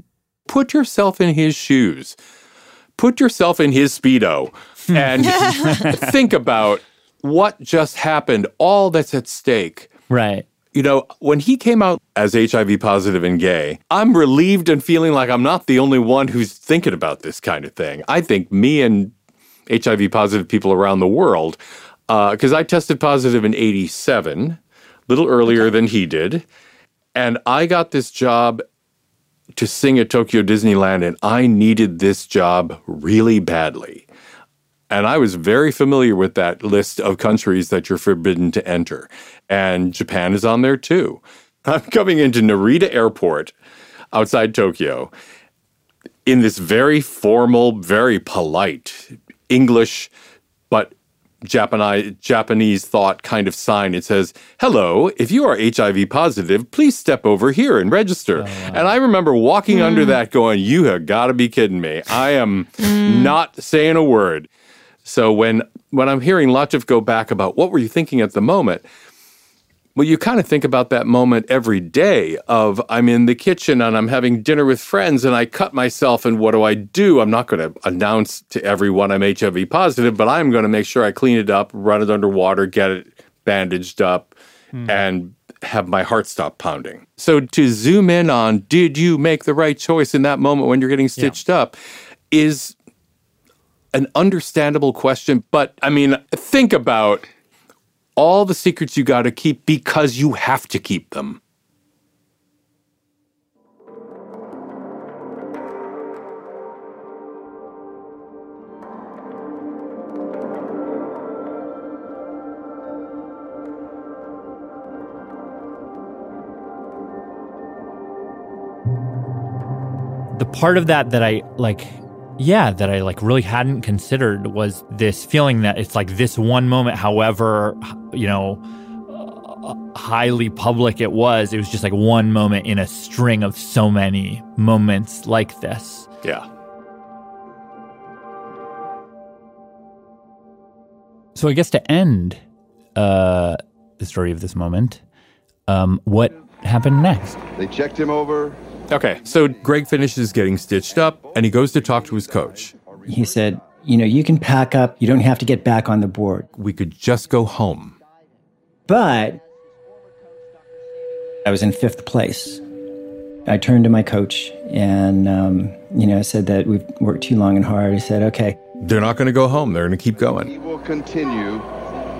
put yourself in his shoes. Put yourself in his speedo and think about what just happened, all that's at stake. Right. You know, when he came out as HIV positive and gay, I'm relieved and feeling like I'm not the only one who's thinking about this kind of thing. I think me and HIV positive people around the world, because I tested positive in 87, little earlier than he did. And I got this job to sing at Tokyo Disneyland, and I needed this job really badly. And I was very familiar with that list of countries that you're forbidden to enter. And Japan is on there too. I'm coming into Narita Airport outside Tokyo in this very formal, very polite English, but Japanese, Japanese thought kind of sign. It says, Hello, if you are HIV positive, please step over here and register. And I remember walking under that going, You have got to be kidding me. I am not saying a word. So when, when I'm hearing Lachif go back about what were you thinking at the moment, well, you kind of think about that moment every day of I'm in the kitchen and I'm having dinner with friends and I cut myself and what do I do? I'm not going to announce to everyone I'm HIV positive, but I'm going to make sure I clean it up, run it underwater, get it bandaged up and have my heart stop pounding. So to zoom in on did you make the right choice in that moment when you're getting stitched up is an understandable question, but I mean, think about all the secrets you got to keep because you have to keep them. the part of that that I like, yeah, that I like really hadn't considered was this feeling that it's like this one moment, however, h- you know, uh, highly public it was, it was just like one moment in a string of so many moments like this. Yeah. So I guess to end uh, the story of this moment, um, what happened next? They checked him over. Okay, so Greg finishes getting stitched up and he goes to talk to his coach. He said, You know, you can pack up. You don't have to get back on the board. We could just go home. But I was in fifth place. I turned to my coach and, um, you know, said that we've worked too long and hard. He said, Okay. They're not going to go home, they're going to keep going. He will continue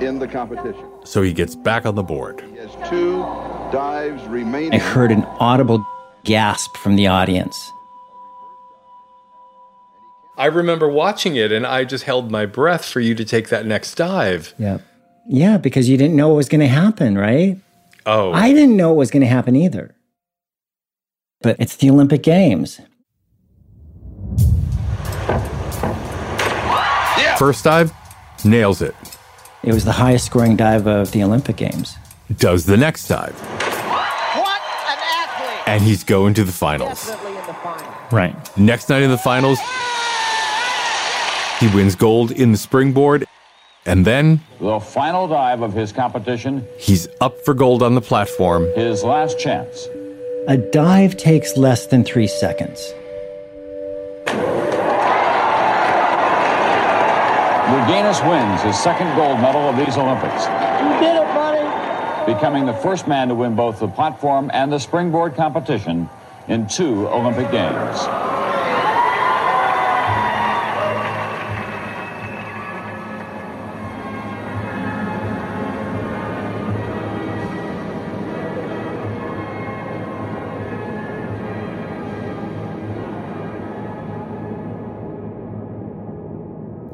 in the competition. So he gets back on the board. He has two dives remaining. I heard an audible gasp from the audience. I remember watching it and I just held my breath for you to take that next dive. Yeah. Yeah, because you didn't know what was going to happen, right? Oh. I didn't know what was going to happen either. But it's the Olympic Games. First dive, nails it. It was the highest scoring dive of the Olympic Games. Does the next dive. And he's going to the finals. Right. Next night in the finals, he wins gold in the springboard. And then The final dive of his competition, he's up for gold on the platform. his last chance. A dive takes less than three seconds. Luganis wins his second gold medal of these Olympics, You did it, buddy. becoming the first man to win both the platform and the springboard competition in two Olympic Games.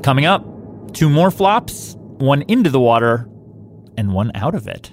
Coming up, two more flops, one into the water and one out of it.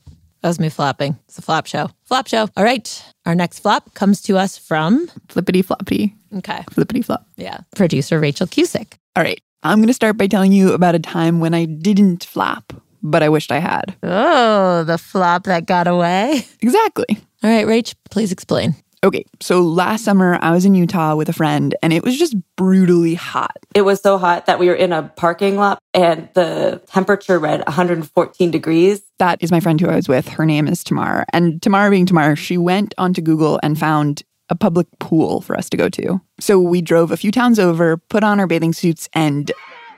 That was me flopping. It's a flop show. Flop show. All right. Our next flop comes to us from Flippity Floppity. Okay. Flippity flop. Yeah. Producer Rachel Cusick. All right. I'm going to start by telling you about a time when I didn't flop, but I wished I had. Oh, the flop that got away. Exactly. All right, Rach, please explain. Okay. So last summer, I was in Utah with a friend and it was just brutally hot. It was so hot that we were in a parking lot and the temperature read 114 degrees. That is my friend who I was with. Her name is Tamar. And Tamar being Tamar, she went onto Google and found a public pool for us to go to. So we drove a few towns over, put on our bathing suits, and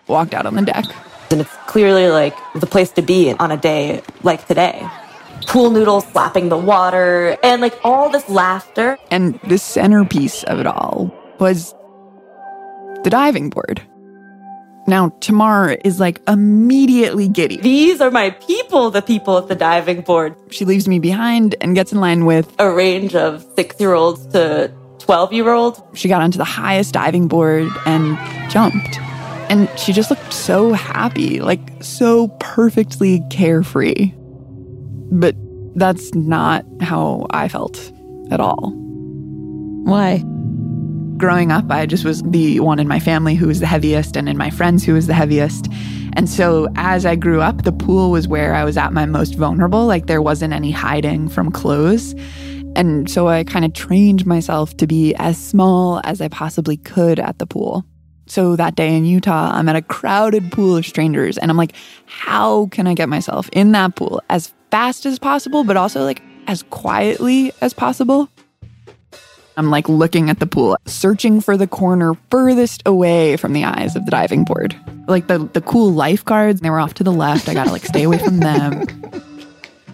walked out on the deck. And it's clearly like the place to be on a day like today. Pool noodles slapping the water and like all this laughter. And the centerpiece of it all was the diving board. Now, Tamar is like immediately giddy. These are my people, the people at the diving board. She leaves me behind and gets in line with a range of six year olds to 12 year olds. She got onto the highest diving board and jumped. And she just looked so happy, like so perfectly carefree. But that's not how I felt at all. Why? Growing up, I just was the one in my family who was the heaviest, and in my friends who was the heaviest. And so as I grew up, the pool was where I was at my most vulnerable. Like there wasn't any hiding from clothes. And so I kind of trained myself to be as small as I possibly could at the pool. So that day in Utah, I'm at a crowded pool of strangers and I'm like, how can I get myself in that pool as fast as possible, but also like as quietly as possible? I'm like looking at the pool, searching for the corner furthest away from the eyes of the diving board. Like the, the cool lifeguards, they were off to the left. I gotta like stay away from them.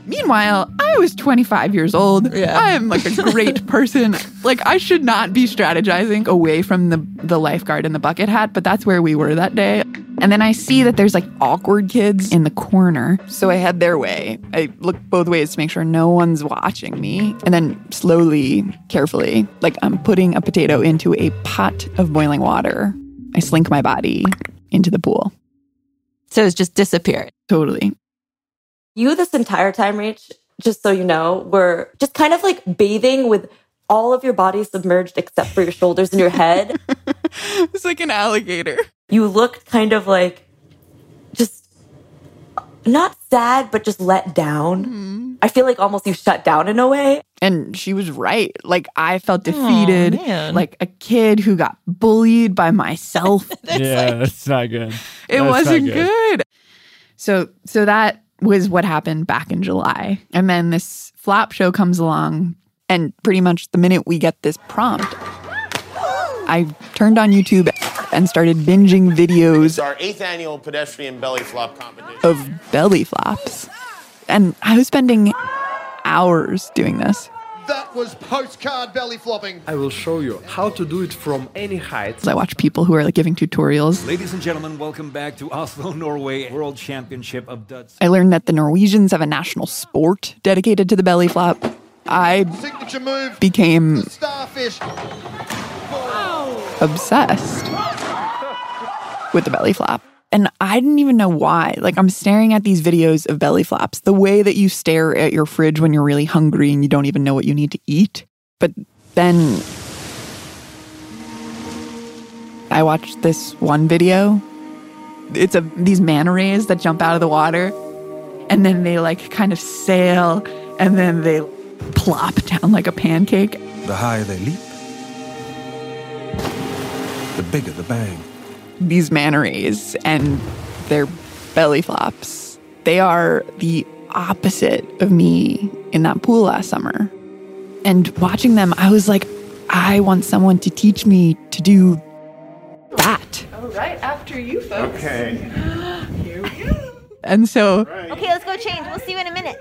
Meanwhile, I was 25 years old. I am like a great person. like I should not be strategizing away from the the lifeguard and the bucket hat, but that's where we were that day. And then I see that there's like awkward kids in the corner. So I head their way. I look both ways to make sure no one's watching me. And then slowly, carefully, like I'm putting a potato into a pot of boiling water. I slink my body into the pool. So it's just disappeared. Totally. You this entire time, Reach, just so you know, were just kind of like bathing with all of your body submerged except for your shoulders and your head. it's like an alligator. You looked kind of like just not sad, but just let down. Mm-hmm. I feel like almost you shut down in a way. And she was right. Like I felt defeated, man. like a kid who got bullied by myself. yeah, that's not good. it That's not wasn't good. So so that was what happened back in July. And then this flop show comes along and pretty much the minute we get this prompt, I turned on YouTube and started binging videos It's our eighth annual pedestrian belly flop competition. of belly flops. And I was spending hours doing this. That was postcard belly flopping. I will show you how to do it from any height. 'Cause I watch people who are like giving tutorials. Ladies and gentlemen, welcome back to Oslo, Norway World Championship of Duds. I learned that the Norwegians have a national sport dedicated to the belly flop. I Signature move. became Starfish. obsessed with the belly flop. And I didn't even know why. Like, I'm staring at these videos of belly flops, the way that you stare at your fridge when you're really hungry and you don't even know what you need to eat. But then I watched this one video. It's a, these manta rays that jump out of the water and then they like kind of sail and then they plop down like a pancake. The higher they leap, the bigger the bang. these manta rays and their belly flops. They are the opposite of me in that pool last summer. And watching them, I was like, I want someone to teach me to do that. All right, after you folks. Okay. Here we go. And so Okay, let's go change. We'll see you in a minute.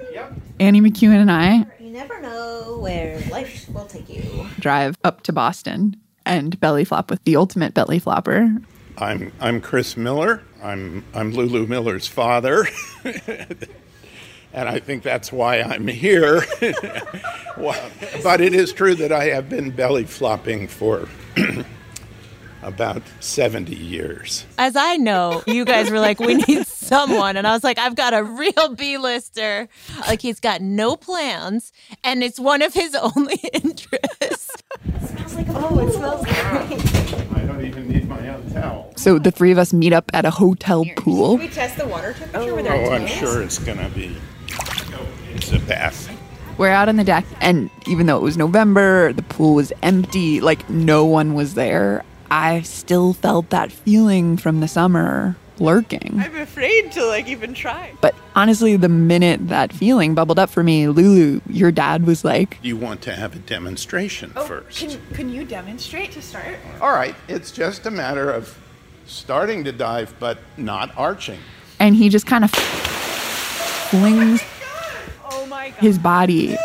Annie McEwen and I You never know where life will take you. drive up to Boston and belly flop with the ultimate belly flopper. I'm I'm Chris Miller. I'm I'm Lulu Miller's father. and I think that's why I'm here. Well, but it is true that I have been belly flopping for about 70 years. As I know, you guys were like, we need someone. And I was like, I've got a real B lister. Like, he's got no plans, and it's one of his only interests. Smells like oh, it smells great. I don't even need my own towel. So the three of us meet up at a hotel pool. we test the water temperature with our Oh, I'm towels? sure it's going to be oh, it's a bath. We're out on the deck, and even though it was November, the pool was empty, like no one was there, I still felt that feeling from the summer lurking. I'm afraid to like even try. But honestly, the minute that feeling bubbled up for me, Lulu, your dad was like, You want to have a demonstration first. Oh, Can can you demonstrate to start? All right, it's just a matter of starting to dive but not arching. and he just kind of Oh flings his body, That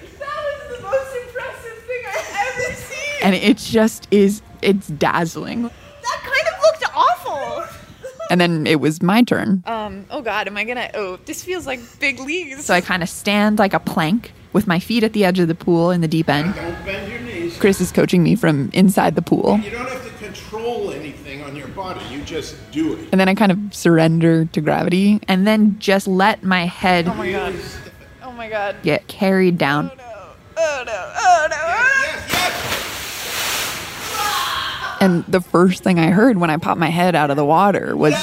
was the most impressive thing I've ever seen. and it just is, it's dazzling. that kind of looked awful. And then it was my turn. Um. Oh God. Am I gonna? Oh, this feels like big leagues. So I kind of stand like a plank with my feet at the edge of the pool in the deep end. Don't bend your knees. Chris is coaching me from inside the pool. You don't have to control anything on your body. You just do it. And then I kind of surrender to gravity and then just let my head Oh my God. Oh my God. get carried down. Oh no. Oh no. And the first thing I heard when I popped my head out of the water was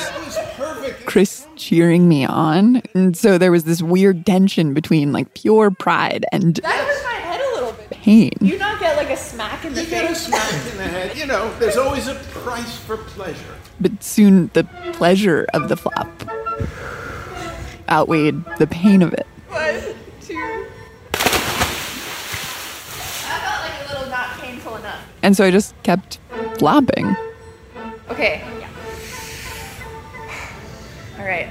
Chris cheering me on. And so there was this weird tension between like pure pride and That hurt my head a little bit. pain. You not get like a smack in the face. You get a smack in the head. You know, there's always a price for pleasure. But soon the pleasure of the flop outweighed the pain of it. One, two. That felt like a little not painful enough. And so I just kept flopping. Okay. Yeah. All right.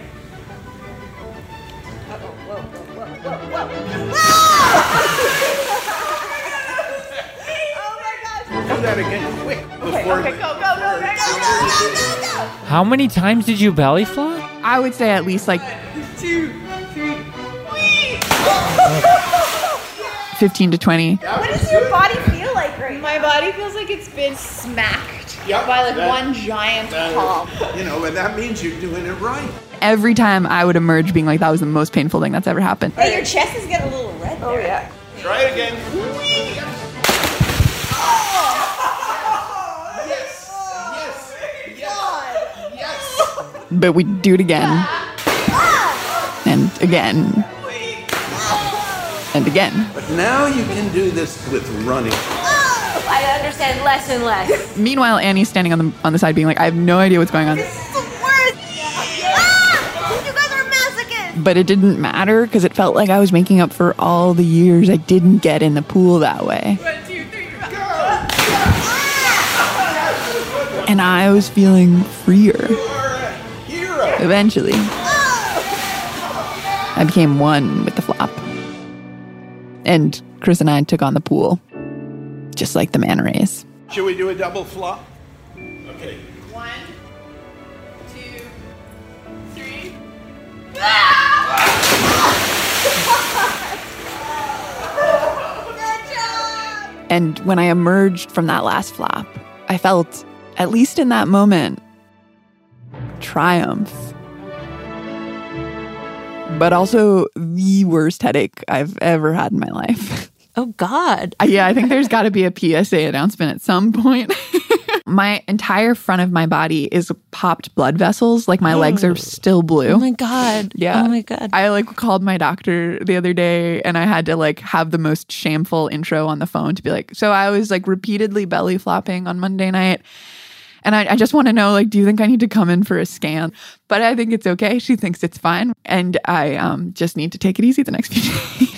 Do that again quick Okay, before okay, go, go, go, go, go, go, go, go, go. How many times did you belly flop? I would say at least like Two, three. 15 to 20. What does your body feel like right My body feels like it's been smacked by like that- one giant palm. that, uh, you know, and that means you're doing it right. Every time I would emerge being like, that was the most painful thing that's ever happened. Hey, your chest is getting a little red. Oh yeah. Try it again. But we'd do it again. And again. And again. But now you can do this with running. Oh, I understand less and less. Meanwhile, Annie's standing on the on the side being like, I have no idea what's going on. Ah! But it didn't matter because it felt like I was making up for all the years I didn't get in the pool that way. And I was feeling freer. Eventually, I became one with the flop. And Chris and I took on the pool, just like the man race. Should we do a double flop? Okay. And when I emerged from that last flop, I felt, at least in that moment, triumph. But also the worst headache I've ever had in my life. Oh God. yeah, I think there's got to be a PSA announcement at some point. my entire front of my body is popped blood vessels. Like my legs are still blue. Oh my God. Yeah. Oh my God. I like called my doctor the other day and I had to like have the most shameful intro on the phone to be like, so I was like repeatedly belly flopping on Monday night. And I, I just want to know, like, do you think I need to come in for a scan? But I think it's okay. She thinks it's fine. And I um, just need to take it easy the next few days.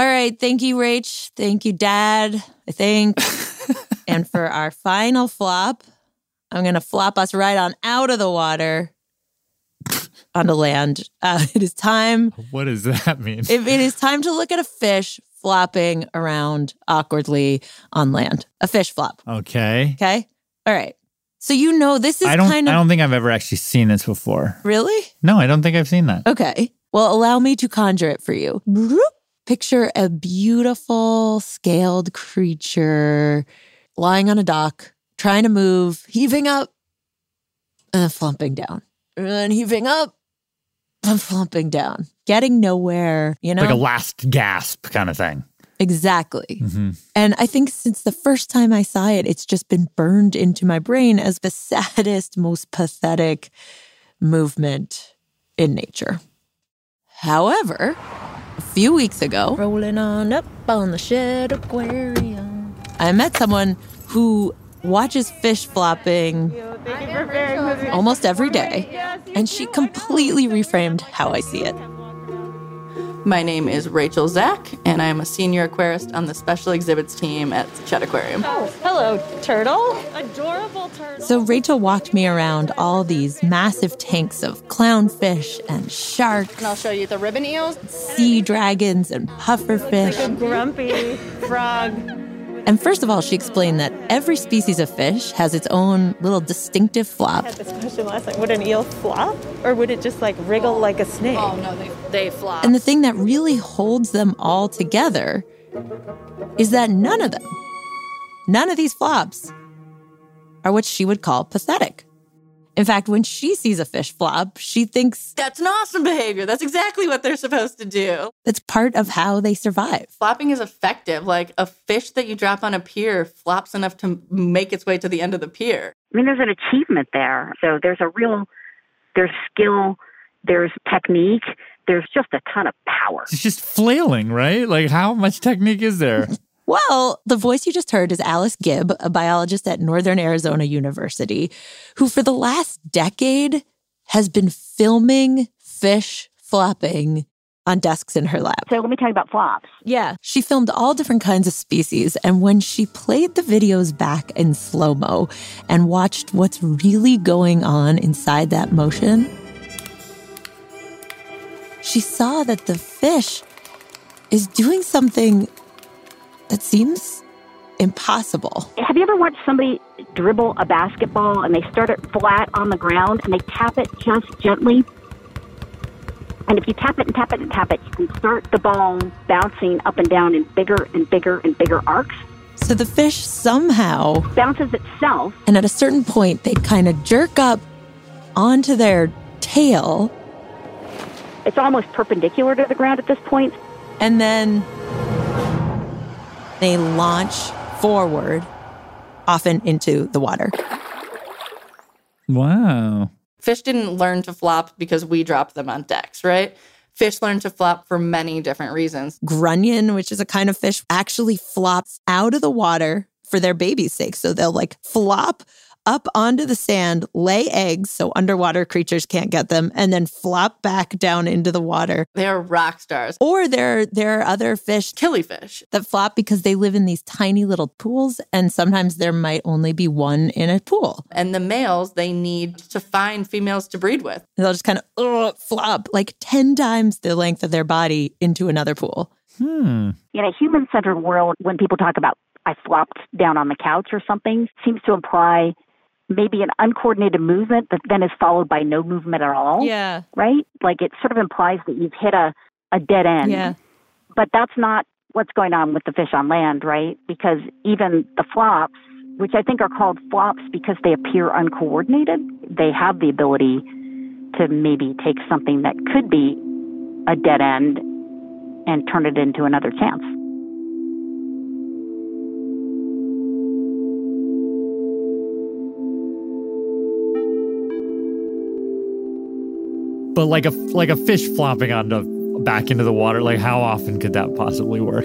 All right. Thank you, Rach. Thank you, Dad. I think. and for our final flop, I'm going to flop us right on out of the water onto land. Uh, it is time. What does that mean? It, it is time to look at a fish flopping around awkwardly on land. A fish flop. okay. Okay. All right. So you know this is I don't. kind of I don't think I've ever actually seen this before. really. No, I don't think I've seen that. Okay. Well, allow me to conjure it for you. Bloop. Picture a beautiful scaled creature lying on a dock, trying to move, heaving up and then flumping down, and heaving up and flumping down, getting nowhere, you know? Like a last gasp kind of thing. exactly. hmm And I think since the first time I saw it, it's just been burned into my brain as the saddest, most pathetic movement in nature. However, a few weeks ago, rolling on up on the shed aquarium, I met someone who watches fish flopping almost every day, and she completely reframed how I see it. My name is Rachel Zack, and I'm a senior aquarist on the special exhibits team at the Chet Aquarium. Oh, Hello, turtle. Adorable turtle. So Rachel walked me around all these massive tanks of clownfish and shark, And I'll show you the ribbon eels. sea dragons and pufferfish. grumpy frog. And first of all, she explained that every species of fish has its own little distinctive flop. had this question last night. Would an eel flop, or would it just like wriggle like a snake? Oh no, they they flop. And the thing that really holds them all together is that none of them, none of these flops are what she would call pathetic. In fact, when she sees a fish flop, she thinks That's an awesome behavior. That's exactly what they're supposed to do. that's part of how they survive. Flopping is effective. Like a fish that you drop on a pier flops enough to make its way to the end of the pier. I mean, there's an achievement there. So there's a real, there's skill, there's technique, there's just a ton of power. It's just flailing, right? Like, how much technique is there? Well, the voice you just heard is Alice Gibb, a biologist at Northern Arizona University, who for the last decade has been filming fish flopping on desks in her lab. So let me tell you about flops. Yeah. She filmed all different kinds of species. And when she played the videos back in slow mo and watched what's really going on inside that motion, she saw that the fish is doing something that seems impossible. Have you ever watched somebody dribble a basketball and they start it flat on the ground and they tap it just gently? And if you tap it and tap it and tap it, you can start the ball bouncing up and down in bigger and bigger and bigger arcs. So the fish somehow bounces itself. And at a certain point, they kind of jerk up onto their tail. It's almost perpendicular to the ground at this point. And then they launch forward, often into the water. Wow. Fish didn't learn to flop because we dropped them on decks, right? Fish learn to flop for many different reasons. Grunion, which is a kind of fish, actually flops out of the water for their baby's sake. So they'll like flop up onto the sand, lay eggs so underwater creatures can't get them, and then flop back down into the water. They're rock stars. Or there, there are other fish, killifish, that flop because they live in these tiny little pools, and sometimes there might only be one in a pool. And the males, they need to find females to breed with. They'll just kind of uh, flop like 10 times the length of their body into another pool. Hmm. In a human centered world, when people talk about I flopped down on the couch or something, seems to imply maybe an uncoordinated movement that then is followed by no movement at all. Yeah. Right? Like it sort of implies that you've hit a, a dead end. Yeah. But that's not what's going on with the fish on land, right? Because even the flops, which I think are called flops because they appear uncoordinated, they have the ability to maybe take something that could be a dead end and turn it into another chance. But like a like a fish flopping onto back into the water, like how often could that possibly work?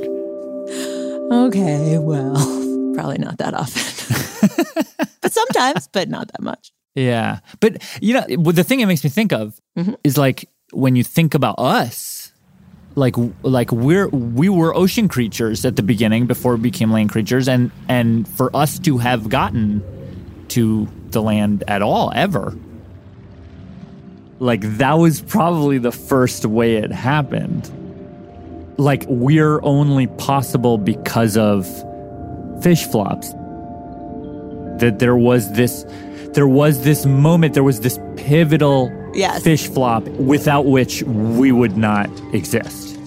Okay, well, probably not that often. but sometimes, but not that much. Yeah. But you know, well, the thing it makes me think of is like when you think about us, like like we're we were ocean creatures at the beginning before we became land creatures and and for us to have gotten to the land at all ever. Like that was probably the first way it happened. Like we're only possible because of fish flops that there was this there was this moment there was this pivotal Yes. fish flop without which we would not exist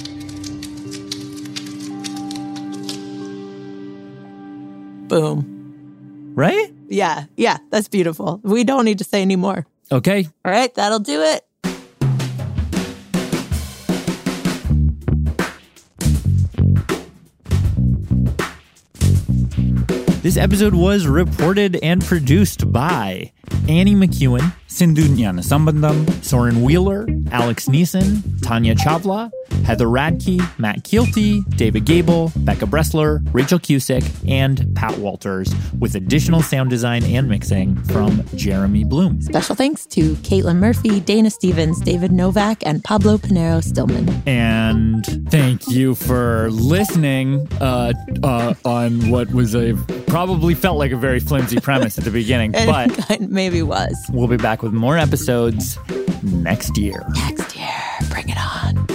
Boom. right Yeah, yeah, that's beautiful. We don't need to say any more. okay All right, that'll do it. this episode was reported and produced by Annie McEwen, Sindhu Nyanasambandam, Soren Wheeler, Alex Neeson, Tanya Chavla, Heather Radke, Matt Kielty, David Gable, Becca Bressler, Rachel Cusick, and Pat Walters, with additional sound design and mixing from Jeremy Bloom. Special thanks to Caitlin Murphy, Dana Stevens, David Novak, and Pablo Pinero Stillman. and thank you for listening uh, uh, on what was a probably felt like a very flimsy premise at the beginning, And but it maybe was. we'll be back with more episodes next year. Next year, bring it on.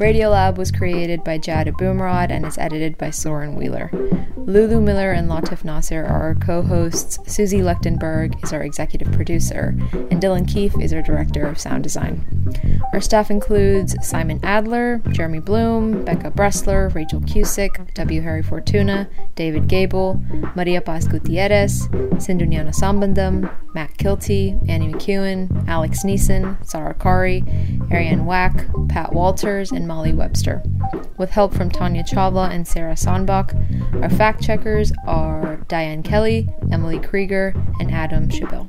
Radiolab was created by Jada Boomrod and is edited by Soren Wheeler. Lulu Miller and Latif Nasser are our co hosts, Susie Lechtenberg is our executive producer, and Dylan Keefe is our director of sound design. Our staff includes Simon Adler, Jeremy Bloom, Becca Bressler, Rachel Cusick, W. Harry Fortuna, David Gable, Maria Paz Gutierrez, Sinduniana Sambandam, Matt Kilty, Annie McEwen, Alex Neeson, Sarah Kari, Ariane Wack, Pat Walters, and Molly Webster. With help from Tanya Chavla and Sarah Sonbach, our fact checkers are Diane Kelly, Emily Krieger, and Adam Chabille.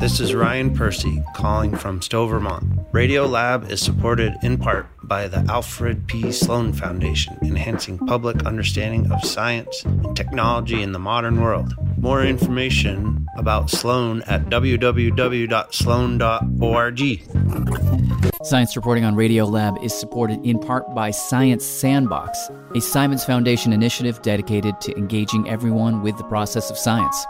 This is Ryan Percy calling from Stowe, Vermont. Radio Lab is supported in part by the Alfred P. Sloan Foundation, enhancing public understanding of science and technology in the modern world. More information about Sloan at www.sloan.org. Science reporting on Radio Lab is supported in part by Science Sandbox, a Simons Foundation initiative dedicated to engaging everyone with the process of science.